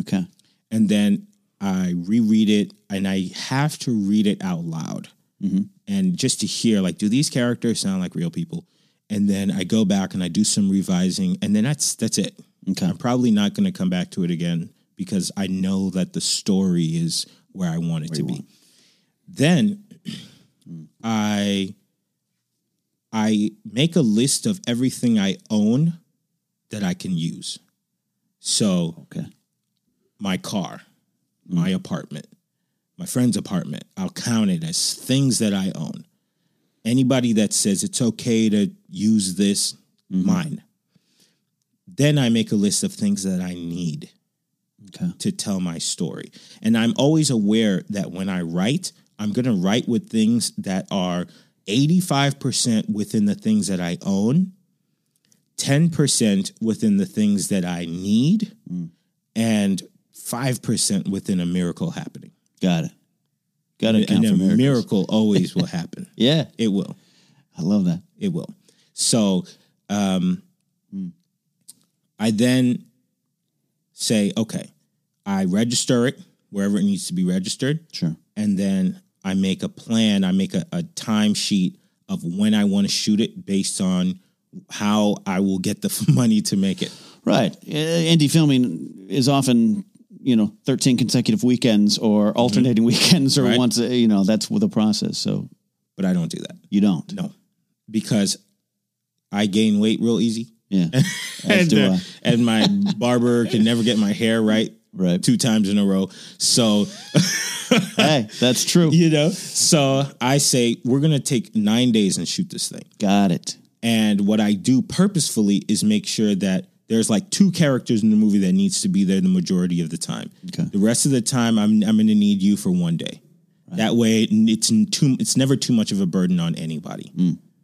Okay.
And then I reread it and I have to read it out loud. And just to hear, like, do these characters sound like real people? And then I go back and I do some revising, and then that's that's it.
Okay.
I'm probably not going to come back to it again because I know that the story is where I want Mm. it to be. Then I I make a list of everything I own that I can use. So
Okay.
my car, my apartment, my friend's apartment, I'll count it as things that I own. Anybody that says it's okay to use this, mine. Then I make a list of things that I need
Okay.
to tell my story. And I'm always aware that when I write, I'm going to write with things that are 85% within the things that I own, 10% within the things that I need,
Mm.
and 5% within a miracle happening.
Got it. Got to
And
count
a
for miracles.
miracle
*laughs*
always will happen.
Yeah.
It will.
I love that.
It will. So um, I then say, okay, I register it wherever it needs to be registered.
Sure.
And then I make a plan, I make a, a timesheet of when I want to shoot it based on how I will get the *laughs* money to make it.
Right. Uh, Indie filming is often, you know, 13 consecutive weekends or alternating *laughs* weekends or
Mm-hmm. Right.
once, a- you know, that's the process. So
But I don't do that.
you don't.
No, because I gain weight real easy.
Yeah. As
*laughs* and,
do
uh,
I.
and *laughs* my barber can never get my hair right
Right.
two times in a row. So
Hey, that's
*laughs*
true.
you know so i say we're gonna take nine days and shoot this thing
Got it.
and what i do purposefully is make sure that there's like two characters in the movie that needs to be there the majority of the time
Okay.
the rest of the time i'm, I'm gonna need you for one day that way it- it's n- too it's never too much of a burden on anybody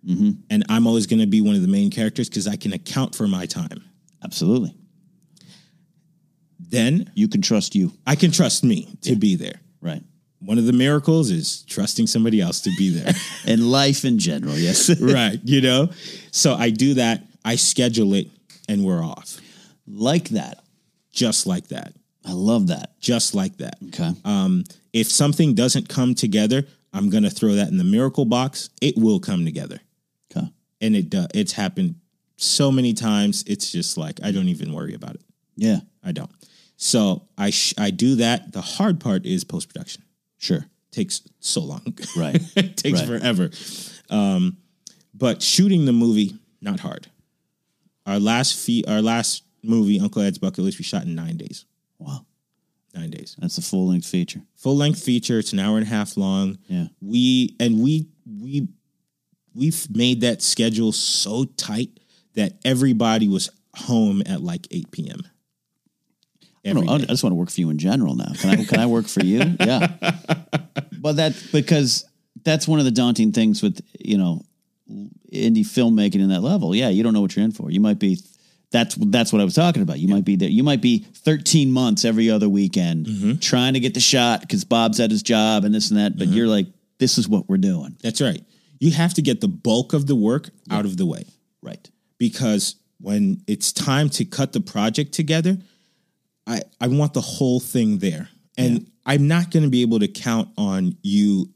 and i'm always gonna be one of the main characters because i can account for my time
Absolutely.
then
You can trust you.
i can trust me to be there
Right.
one of the miracles is trusting somebody else to be there
And life in general. Yes. *laughs*
right you know so i do that i schedule it and we're off
like that.
just like that
I love that.
just like that
Okay.
um, if something doesn't come together i'm going to throw that in the miracle box it will come together
okay.
and it does it's happened so many times it's just like i don't even worry about it
Yeah.
i don't so i sh- i do that the hard part is post-production
Sure.
takes so long *laughs*
Right.
it takes
Right.
forever. Um, but shooting the movie, not hard. Our last fee, our last movie, Uncle Ed's Bucket List, we shot in nine days.
Wow.
Nine days.
That's a full length feature.
Full length feature. It's an hour and a half long.
Yeah.
We and we we we've made that schedule so tight that everybody was home at like eight p.m.
I, don't
Every
know, I
day.
just want to work for you in general now. Can I, can I work
*laughs*
for you? Yeah. But that, because that's one of the daunting things with, you know, indie filmmaking in that level. Yeah. You don't know what you're in for. You might be, that's, that's what I was talking about. You might be there. You might be 13 months every other weekend
Mm-hmm.
trying to get the shot because Bob's at his job and this and that. But
Mm-hmm.
you're like, this is what we're doing.
That's right. You have to get the bulk of the work out of the way.
Right.
because when it's time to cut the project together, I I want the whole thing there. And I'm not going to be able to count on you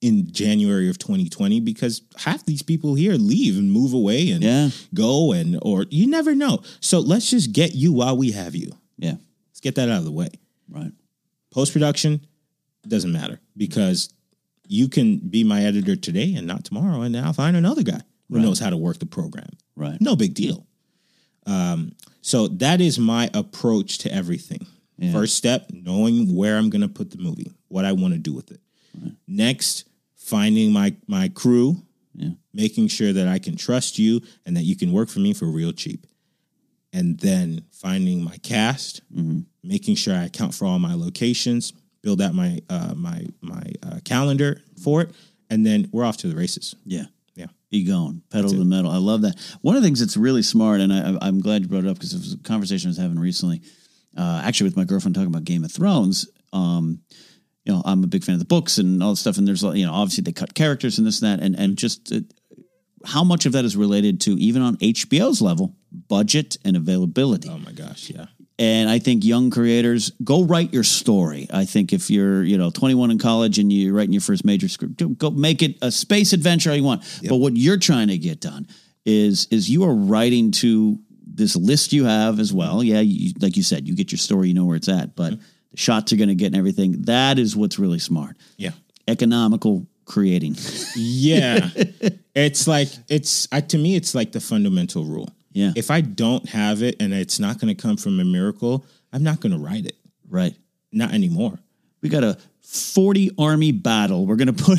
in January of 2020 because half these people here leave and move away and
Yeah.
go and or you never know. So let's just get you while we have you.
Yeah.
Let's get that out of the way.
Right.
Post production doesn't matter because you can be my editor today and not tomorrow, and I'll find another guy who knows how to work the program
Right.
no big deal. Um, so that is my approach to everything. First step, knowing where I'm going to put the movie, what I want to do with it. Next, finding my my crew, making sure that I can trust you and that you can work for me for real cheap. And then finding my cast, making sure I account for all my locations, build out my uh, my my uh, calendar for it, and then we're off to the races.
Yeah.
Yeah.
Be going, pedal to the metal. I love that. One of the things that's really smart, and I, I'm glad you brought it up because it was a conversation I was having recently, uh, actually with my girlfriend talking about Game of Thrones. Um, you know, I'm a big fan of the books and all that stuff, and there's you know, obviously they cut characters and this and that, and and just uh, how much of that is related to even on HBO's level, budget and availability.
Oh my gosh, yeah.
And I think young creators go write your story. I think if you're, you know, 21 in college and you're writing your first major script, do- go make it a space adventure all you want. But what you're trying to get done is is you are writing to this list you have as well. Yeah, you, like you said, you get your story, you know where it's at, but the shots you're going to get and everything. That is what's really smart.
Yeah.
Economical creating. *laughs*
*laughs* Yeah. it's like it's I, to me it's like the fundamental rule.
Yeah.
If I don't have it and it's not going to come from a miracle, I'm not going to write it.
Right.
Not anymore.
We got a 40 army battle. We're going to put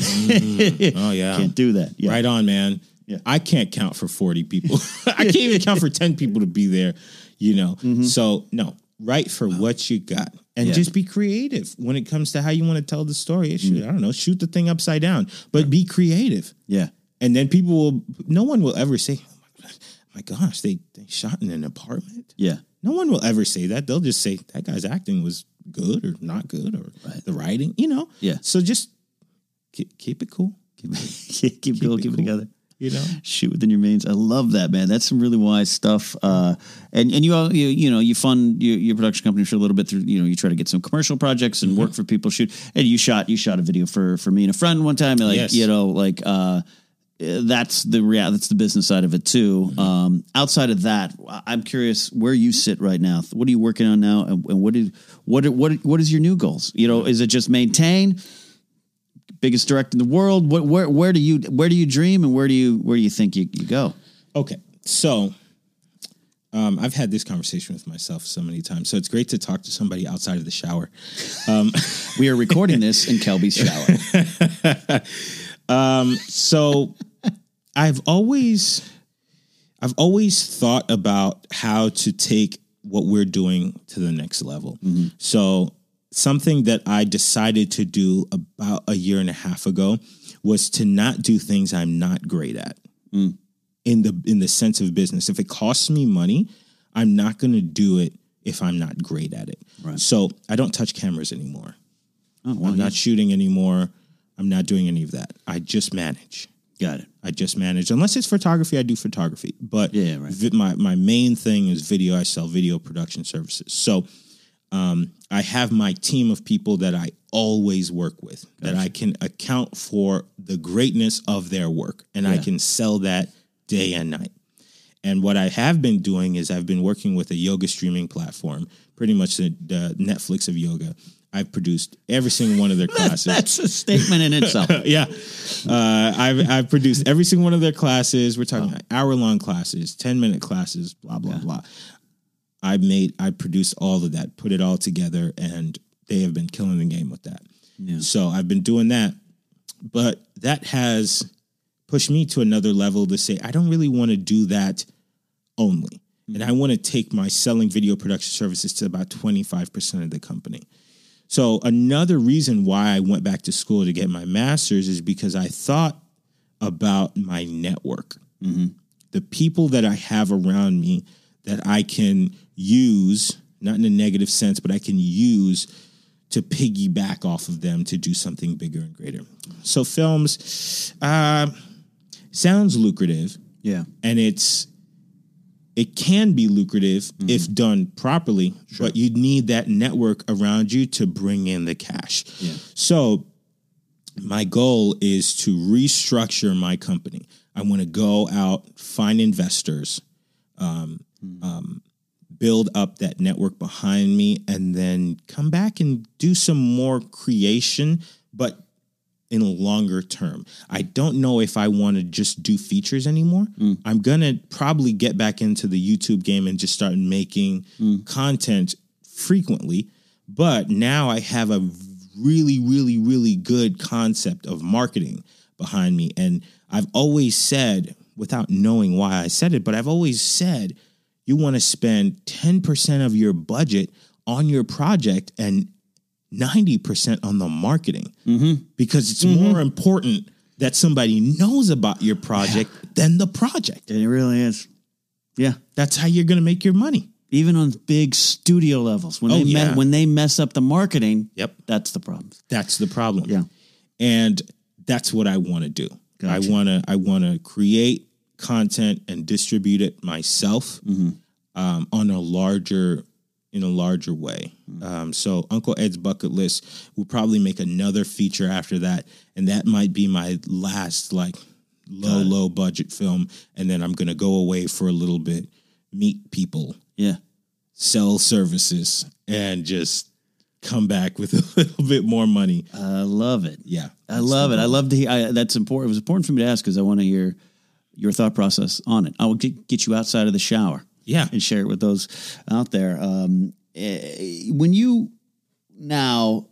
*laughs*
Oh yeah.
Can't do that. Yeah.
Right on, man.
Yeah.
I can't count for 40 people. *laughs* I can't even count for *laughs* 10 people to be there, you know. So, no, write for what you got and
Yeah.
just be creative when it comes to how you want to tell the story. Shoot, I don't know, shoot the thing upside down, but be creative.
Yeah.
And then people will, no one will ever say, oh my, God, my gosh, they, they shot in an apartment.
Yeah.
No one will ever say that. They'll just say that guy's acting was good or not good or the writing, you know?
Yeah.
So just keep, keep it cool,
Keep, *laughs* keep, keep, going,
it
keep it
cool.
together.
you know?
Shoot within your means. I love that, man. That's some really wise stuff. Uh, and and you, all- you you know you fund your, your production company for a little bit through you know you try to get some commercial projects and
Mm-hmm.
work for people. Shoot and you shot you shot a video for for me and a friend one time. and, Like
Yes.
you know like uh, that's the real that's the business side of it too.
Mm-hmm.
Um, outside of that, I- I'm curious where you sit right now. What are you working on now, and, and what is what are- what are- what is your new goals? You know, is it just maintain? biggest director in the world. What, where where do you where do you dream and where do you where do you think you, you go?
Okay. So um, I've had this conversation with myself so many times. So it's great to talk to somebody outside of the shower.
We are recording this in *laughs* Kelby's shower.
So I've always I've always thought about how to take what we're doing to the next level. So something that I decided to do about a year and a half ago was to not do things I'm not great at. In the in the sense of business, if it costs me money, I'm not going to do it if I'm not great at it. So I don't touch cameras anymore. I'm not shooting anymore. I'm not doing any of that. I just manage.
Got it.
I just manage. Unless it's photography, I do photography. But
Yeah, right.
vi- my my main thing is video. I sell video production services. So um, I have my team of people that I always work with that I can account for the greatness of their work, and I can sell that day and night. And what I have been doing is I've been working with a yoga streaming platform, pretty much the, the Netflix of yoga. I've produced every
*laughs*
single one of their classes.
That's a statement in itself.
*laughs* yeah. Uh, I've, I've produced every single one of their classes. We're talking hour long classes, 10 minute classes, blah, blah, blah. I made, I produced all of that, put it all together, and they have been killing the game with that. So I've been doing that. But that has pushed me to another level to say, I don't really want to do that only. And I want to take my selling video production services to about 25% of the company. So another reason why I went back to school to get my master's is because I thought about my network, the people that I have around me that I can use, not in a negative sense, but I can use to piggyback off of them to do something bigger and greater. So films uh, sounds lucrative,
*laughs* Yeah.
and it's it can be lucrative if done properly but you need that network around you to bring in the cash
Yeah.
so my goal is to restructure my company i want to go out find investors um, um, build up that network behind me and then come back and do some more creation but in a longer term. I don't know if I want to just do features anymore. I'm going to probably get back into the YouTube game and just start making content frequently. But now I have a really, really, really good concept of marketing behind me. And I've always said, without knowing why I said it, but I've always said, you want to spend 10% of your budget on your project and 90% on the marketing because it's more important that somebody knows about your project than the project.
And it really is. Yeah.
That's how you're going to make your money.
Even on big studio levels, when
Oh,
they me-
yeah.
when they mess up the marketing,
Yep.
that's the problem.
That's the problem.
Yeah.
And that's what I want to do.
Gotcha.
I want to I want to create content and distribute it myself
Mm-hmm.
um, on a larger in a larger way.
Mm-hmm.
Um, so Uncle Ed's bucket list will probably make another feature after that, and that might be my last like low low budget film. And then I'm gonna go away for a little bit, meet people,
Yeah.
sell services, and just come back with *laughs* a little bit more money.
I love it.
Yeah,
I love it. I love to hear. I, that's important. It was important for me to ask because I want to hear your thought process on it. I will get, get you outside of the shower.
Yeah.
And share it with those out there. Um, eh, when you now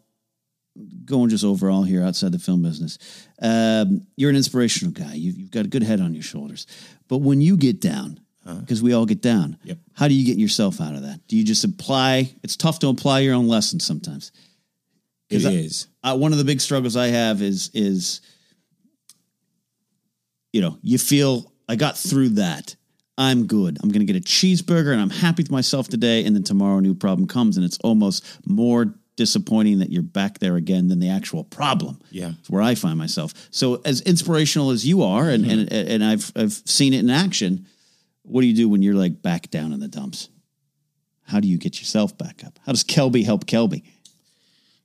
going just overall here outside the film business, um, you're an inspirational guy. You've, you've got a good head on your shoulders. But when you get down, because we all get down,
Uh-huh. Yep.
how do you get yourself out of that? Do you just apply? It's tough to apply your own lessons sometimes.
It is.
I, Uh, one of the big struggles I have is is you know you feel I got through that. I'm good. I'm going to get a cheeseburger and I'm happy with myself today. And then tomorrow, a new problem comes, and it's almost more disappointing that you're back there again than the actual problem.
Yeah.
it's where I find myself. So, as inspirational as you are, and and and I've I've seen it in action. What do you do when you're like back down in the dumps? How do you get yourself back up? How does Kelby help Kelby?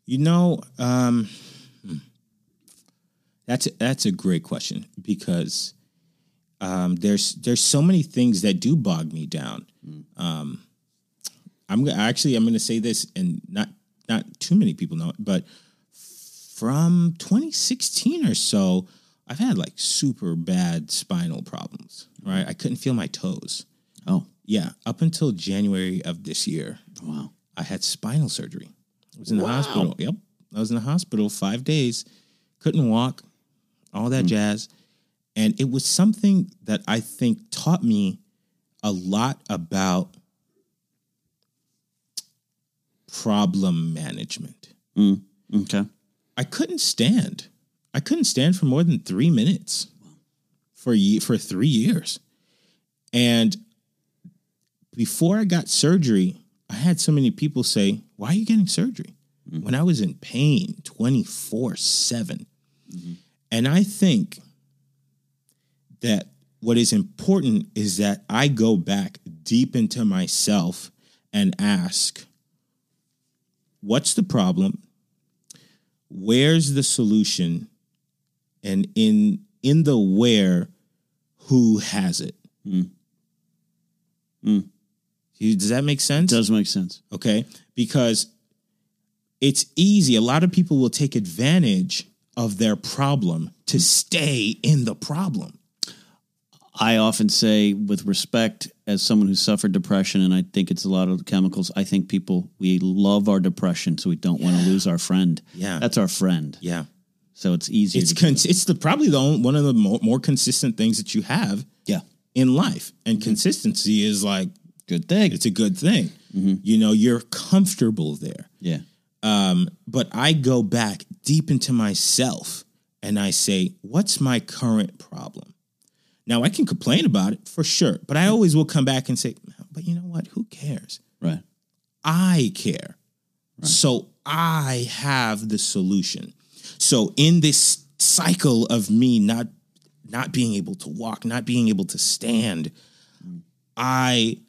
You know, um, hmm. that's that's a great question because um, there's there's so many things that do bog me down. Um, I'm go- actually I'm going to say this, and not not too many people know it, but from 2016 or so, I've had like super bad spinal problems. Right, I couldn't feel my toes.
Oh,
Yeah, up until January of this year.
wow.
I had spinal surgery. I was in the hospital. Yep. I was in the hospital five days, couldn't walk, all that jazz. And it was something that I think taught me a lot about problem management.
Okay.
I couldn't stand. I couldn't stand for more than three minutes for ye- for three years. And before I got surgery, I had so many people say, "Why are you getting surgery?" Mm-hmm. When I was in pain twenty four seven, and I think that what is important is that I go back deep into myself and ask, "What's the problem? where's the solution and in in the where who has it You- does that make sense
Does make sense.
okay because it's easy a lot of people will take advantage of their problem to stay in the problem
I often say, with respect, as someone who suffered depression, and I think it's a lot of the chemicals, I think people, we love our depression, so we don't want to lose our friend.
Yeah.
That's our friend.
yeah
So it's easier.
it's
to,
con- it's the probably the only, one of the more, more consistent things that you have
yeah.
in life and consistency is like
Good thing.
it's a good thing you know you're comfortable there
yeah.
Um, but I go back deep into myself and I say, what's my current problem? Now I can complain about it for sure, but I always will come back and say, but you know what? Who cares?
Right.
I care. So I have the solution. So in this cycle of me not not being able to walk, not being able to stand, I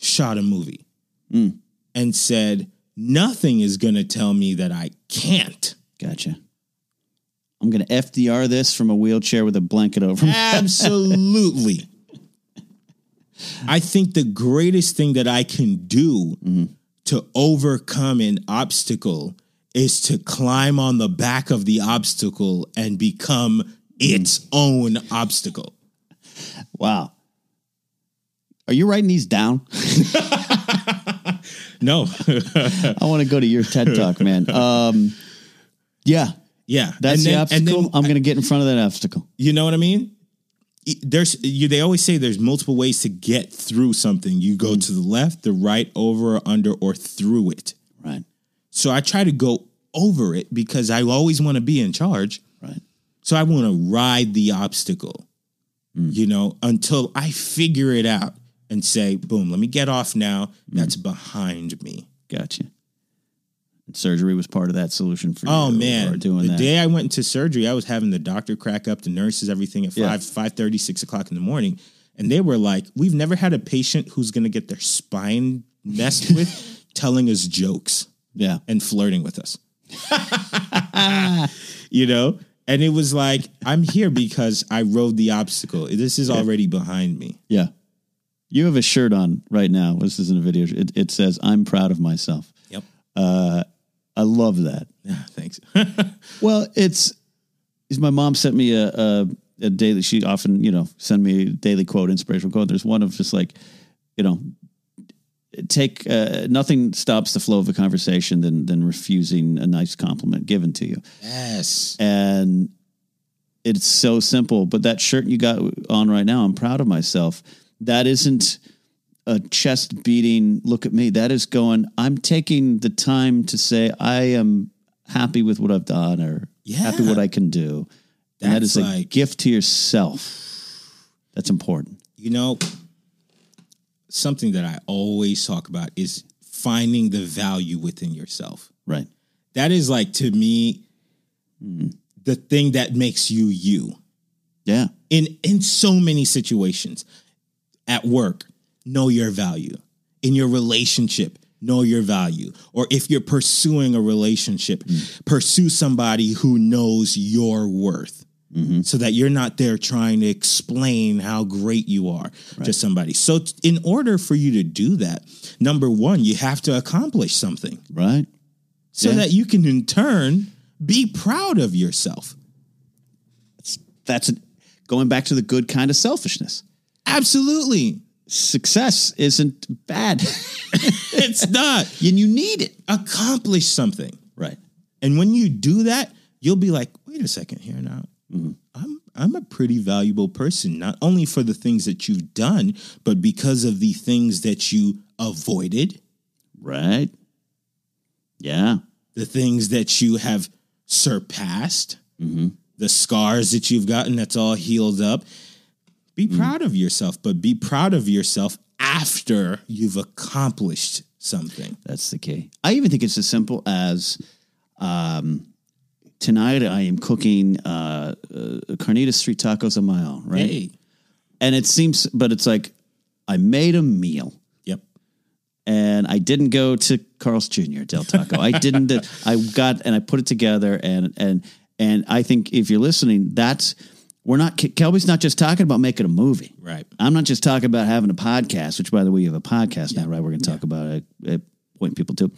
shot a movie and said, nothing is gonna tell me that I can't.
Gotcha. I'm going to FDR this from a wheelchair with a blanket over
*laughs*
me.
Absolutely. I think the greatest thing that I can do to overcome an obstacle is to climb on the back of the obstacle and become its own obstacle.
Wow. Are you writing these
*laughs*
down?
No. *laughs*
I want to go to your TED Talk, man. Um, yeah.
yeah.
That's
And then-
the
and then-
obstacle. I'm going to get in front of that obstacle.
You know what I mean? It- There's you, they always say there's multiple ways to get through something. You
Hmm.
go to the left, the right, over, under, or through it.
Right.
So I try to go over it because I always want to be in charge.
Right.
So I want to ride the obstacle,
Hmm.
you know, until I figure it out and say, boom, let me get off now.
Hmm.
That's behind me.
Gotcha. And surgery was part of that solution for
Oh
you.
man.
for doing
the
that.
day I went into surgery, I was having the doctor crack up, the nurses, everything at
Yeah.
five, five thirty, six o'clock in the morning. And they were like, We've never had a patient who's gonna get their spine messed
*laughs*
with telling us jokes.
yeah,
and flirting with us. *laughs* you know? And it was like, I'm here because I rode the obstacle. This is already behind me.
yeah. You have a shirt on right now. This isn't a video. It, it says, "I'm proud of myself." Uh,
*laughs* Yep.
I
Ah,
love that.
Yeah, thanks.
Well, it's is my mom sent me a, a a daily. She often, you know, send me a daily quote, inspirational quote. There's one of just like, you know, take uh, nothing stops the flow of a conversation than than refusing a nice compliment given to you.
*laughs* Yes.
And it's so simple. But that shirt you got on right now, I'm proud of myself. That isn't a chest beating look at me. That is going, I'm taking the time to say I am happy with what I've done or happy
Yeah.
what I can do. And that is
That's
a
like-
gift to yourself. That's important.
You know, something that I always talk about is finding the value within yourself.
Right.
That is like to me the thing that makes you you.
Yeah.
in in so many situations at work know your value in your relationship know your value or if you're pursuing a relationship pursue somebody who knows your worth so that you're not there trying to explain how great you are to somebody so t- in order for you to do that number 1 you have to accomplish something
Right.
so
Yeah.
that you can in turn be proud of yourself
That's it. going back to the good kind of selfishness.
absolutely
Success isn't bad *laughs*
it's not
and you need it.
accomplish something.
Right.
And when you do that, you'll be like, wait a second here now. I'm I'm a pretty valuable person, not only for the things that you've done, but because of the things that you avoided,
Right. Yeah.
the things that you have surpassed, the scars that you've gotten that's all healed up. Be proud of yourself, but be proud of yourself after you've accomplished something.
That's the key. I even think it's as simple as um, tonight I am cooking uh, uh, carnitas street tacos on my own, right?
Hey.
And it seems, but it's like I made a meal
Yep.
and I didn't go to Carl's Jr. Del Taco. I didn't. I got and I put it together and and and I think if you're listening, that's we're not. Kelby's not just talking about making a movie,
Right.
I'm not just talking about having a podcast, which by the way, you have a podcast now, right? We're going to talk about it, uh, point people to.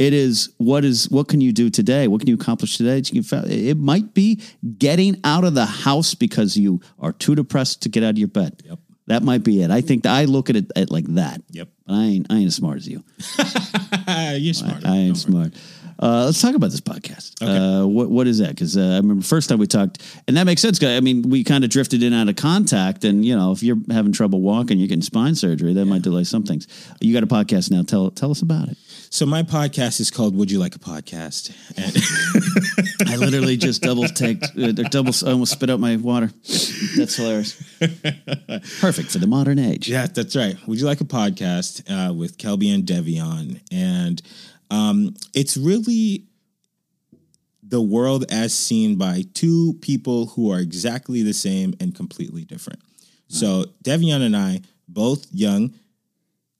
It is what is what can you do today? What can you accomplish today? that you can fa- It might be getting out of the house because you are too depressed to get out of your bed.
Yep.
That might be it. I think that I look at it at like that.
Yep.
But I ain't I ain't as smart as you.
Uh, You're smart.
I ain't smart. Uh, let's talk about this podcast. Uh, what what is that? Because uh, I remember first time we talked, and that makes sense. 'cause, I mean, we kind of drifted in out of contact, and you know, if you're having trouble walking, you're getting spine surgery, that might delay some things. You got a podcast now. Tell tell us about it.
So my podcast is called "Would You Like a Podcast?" And
I literally just double take, uh, double. I almost spit out my water. That's hilarious. *laughs* Perfect for the modern age.
yeah, that's right. "Would You Like a Podcast" uh, with Kelby and Devion, and um, it's really the world as seen by two people who are exactly the same and completely different. So Devion and I, both young,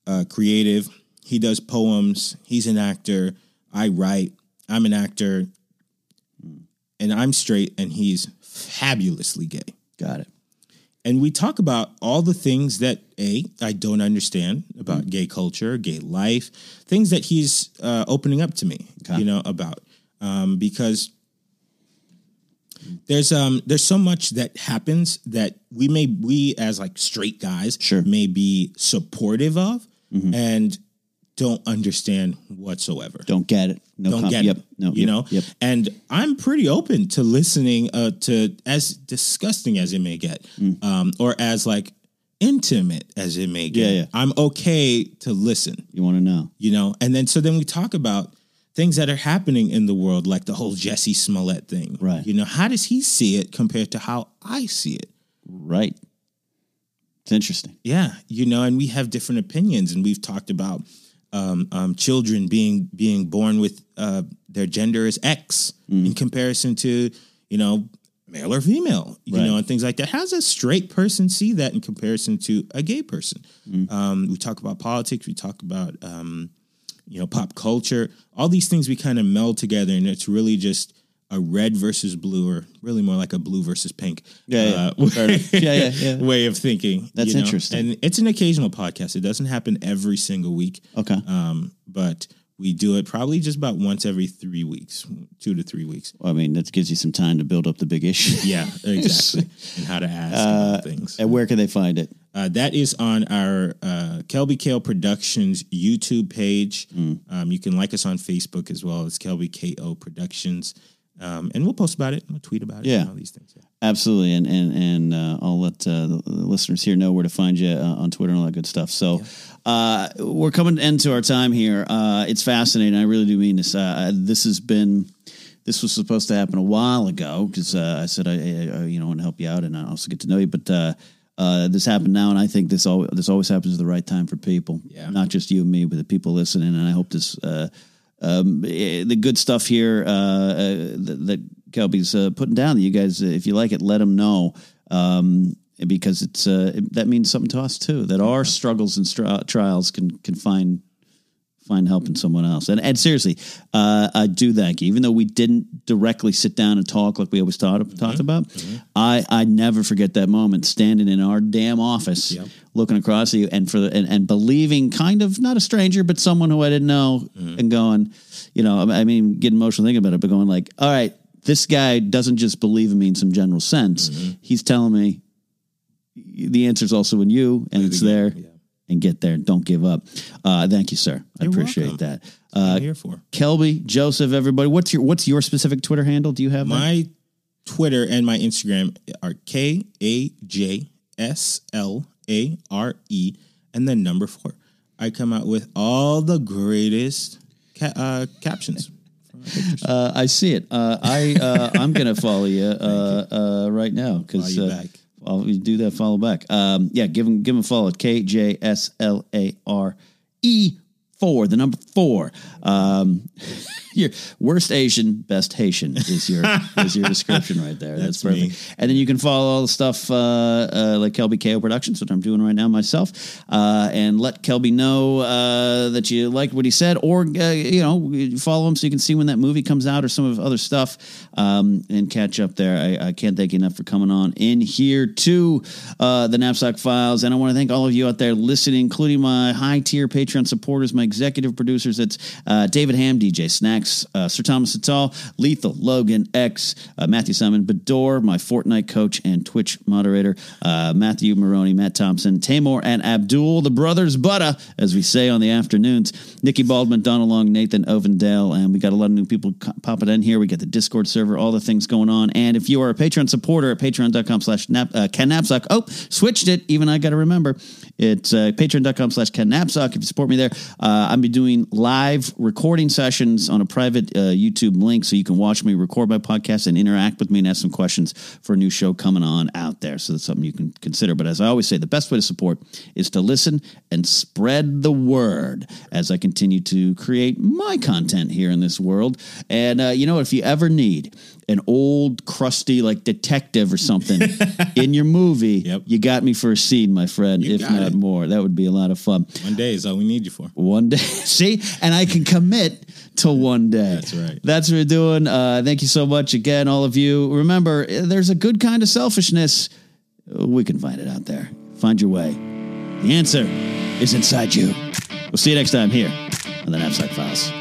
uh, creative. He does poems. He's an actor. I write. I'm an actor, and I'm straight, and he's fabulously gay.
Got it.
and we talk about all the things that a I don't understand about gay culture, gay life, things that he's uh, opening up to me, you know, about um, because there's um there's so much that happens that we may we as like straight guys
Sure.
may be supportive of and don't understand whatsoever
Don't get it. No.
don't
com-
get
Uh-huh. yep.
it.
No.
you
yep,
know.
Yep.
And I'm pretty open to listening uh, to as disgusting as it may get, um, or as like intimate as it may get.
Mm. Yeah, yeah.
I'm okay to listen,
You want to know?
you know. And then so then we talk about things that are happening in the world, like the whole Jesse Smollett thing.
Right.
You know, how does he see it compared to how I see it?
Right. It's interesting.
Yeah, you know, and we have different opinions, and we've talked about um, um, children being being born with uh, their gender as X
Mm-hmm.
in comparison to you know male or female, you
Right.
know, and things like that. How does a straight person see that in comparison to a gay person?
Mm-hmm.
Um, we talk about politics. We talk about um, you know pop culture. All these things we kind of meld together, and it's really just. A red versus blue, or really more like a blue versus pink.
Yeah, yeah.
uh,
*laughs* Fair enough. Yeah, yeah, yeah.
way of thinking.
That's interesting.
And it's an occasional podcast. It doesn't happen every single week.
Okay.
Um, but We do it probably just about once every three weeks, two to three weeks.
Well, I mean, that gives you some time to build up the big issue.
Yeah, exactly. and how to ask
Uh,
about things.
*laughs* and where can they find it?
Uh, that is on our uh, Kelby Kale Productions YouTube page.
Hmm.
Um, you can like us on Facebook as well as Kelby KO Productions. Um, and we'll post about it. We'll tweet about it.
Yeah.
And all these things. Yeah.
Absolutely, and and and uh, I'll let uh, the listeners here know where to find you uh, on Twitter and all that good stuff. So, uh, we're coming to end to our time here. Uh, it's fascinating. I really do mean this. Uh, this has been. This was supposed to happen a while ago because uh, I said I, I, I, you know, want to help you out and I also get to know you. But uh, uh, this happened now, and I think this always this always happens at the right time for people,
Yeah.
not just you and me, but the people listening. And I hope this uh, um, eh, the good stuff here uh, uh, that, that Kelby's uh, putting down. That you guys, uh, if you like it, let them know um, because it's uh, it- that means something to us too. That our struggles and str- trials can can find find help in someone else. And, and seriously, uh, I do thank you. Even though we didn't directly sit down and talk like we always talked, talked about, I, I never forget that moment standing in our damn office, looking across at you and for the, and, and believing kind of not a stranger, but someone who I didn't know and going, you know, I I mean, getting emotional thinking about it, but going like, all right, this guy doesn't just believe in me in some general sense. He's telling me the answer's also in you and it's there and get there. Don't give up. Uh, thank you, sir. I appreciate that. Uh,
I'm here for.
Kelby, Joseph, everybody. What's your what's your specific Twitter handle? Do you have that?
My Twitter and my Instagram are K A J S L A R E and then number four. I come out with all the greatest ca- uh, captions.
Uh, I see it. Uh, I uh, I'm gonna follow you, uh, uh, right now because
Follow you
uh,
back.
I'll do that. Follow back. Um, yeah, give him give him a follow. K J S L A R E four, the number four. Um, *laughs* your worst Asian, best Haitian is your is your description right there. That's,
That's me.
perfect. And then you can follow all the stuff uh, uh, like Kelby KO Productions, which I'm doing right now myself, uh, and let Kelby know uh, that you liked what he said, or uh, you know, follow him so you can see when that movie comes out or some of other stuff, um, and catch up there. I, I can't thank you enough for coming on in here to uh, the Knapsack Files, and I want to thank all of you out there listening, including my high tier Patreon supporters, my executive producers. That's uh, David Ham, DJ Snacks, uh, Sir Thomas Atal, Lethal, Logan X, uh, Matthew Simon, Bador, my Fortnite coach and Twitch moderator, uh, Matthew Maroney, Matt Thompson, Tamor, and Abdul, the brothers Butta, as we say on the afternoons. Nikki Baldwin, Donald Long, Nathan Ovendale, and we got a lot of new people co- popping in here. We got the Discord server, all the things going on. And if you are a Patreon supporter at patreon.com slash nap- uh, Ken Knapsack, oh, switched it. Even I got to remember. It's uh, patreon.com slash Ken Knapsack. If you support me there, uh, I'll be doing live recording sessions on a private uh, YouTube link so you can watch me record my podcast and interact with me and ask some questions for a new show coming on out there. So that's something you can consider. But as I always say, the best way to support is to listen and spread the word as I continue to create my content here in this world. And uh, you know, if you ever need an old, crusty, like detective or something in your movie,
Yep.
you got me for a scene, my friend, if
got
not
it.
more. That would be a lot of fun
One day is all we need you for.
one day. *laughs* See, and I can commit to one day.
That's right.
That's what we're doing. Uh, thank you so much again, all of you. Remember, eh, there's a good kind of selfishness. Uh, We can find it out there. Find your way. The answer is inside you. We'll see you next time here on the Knapsack Files.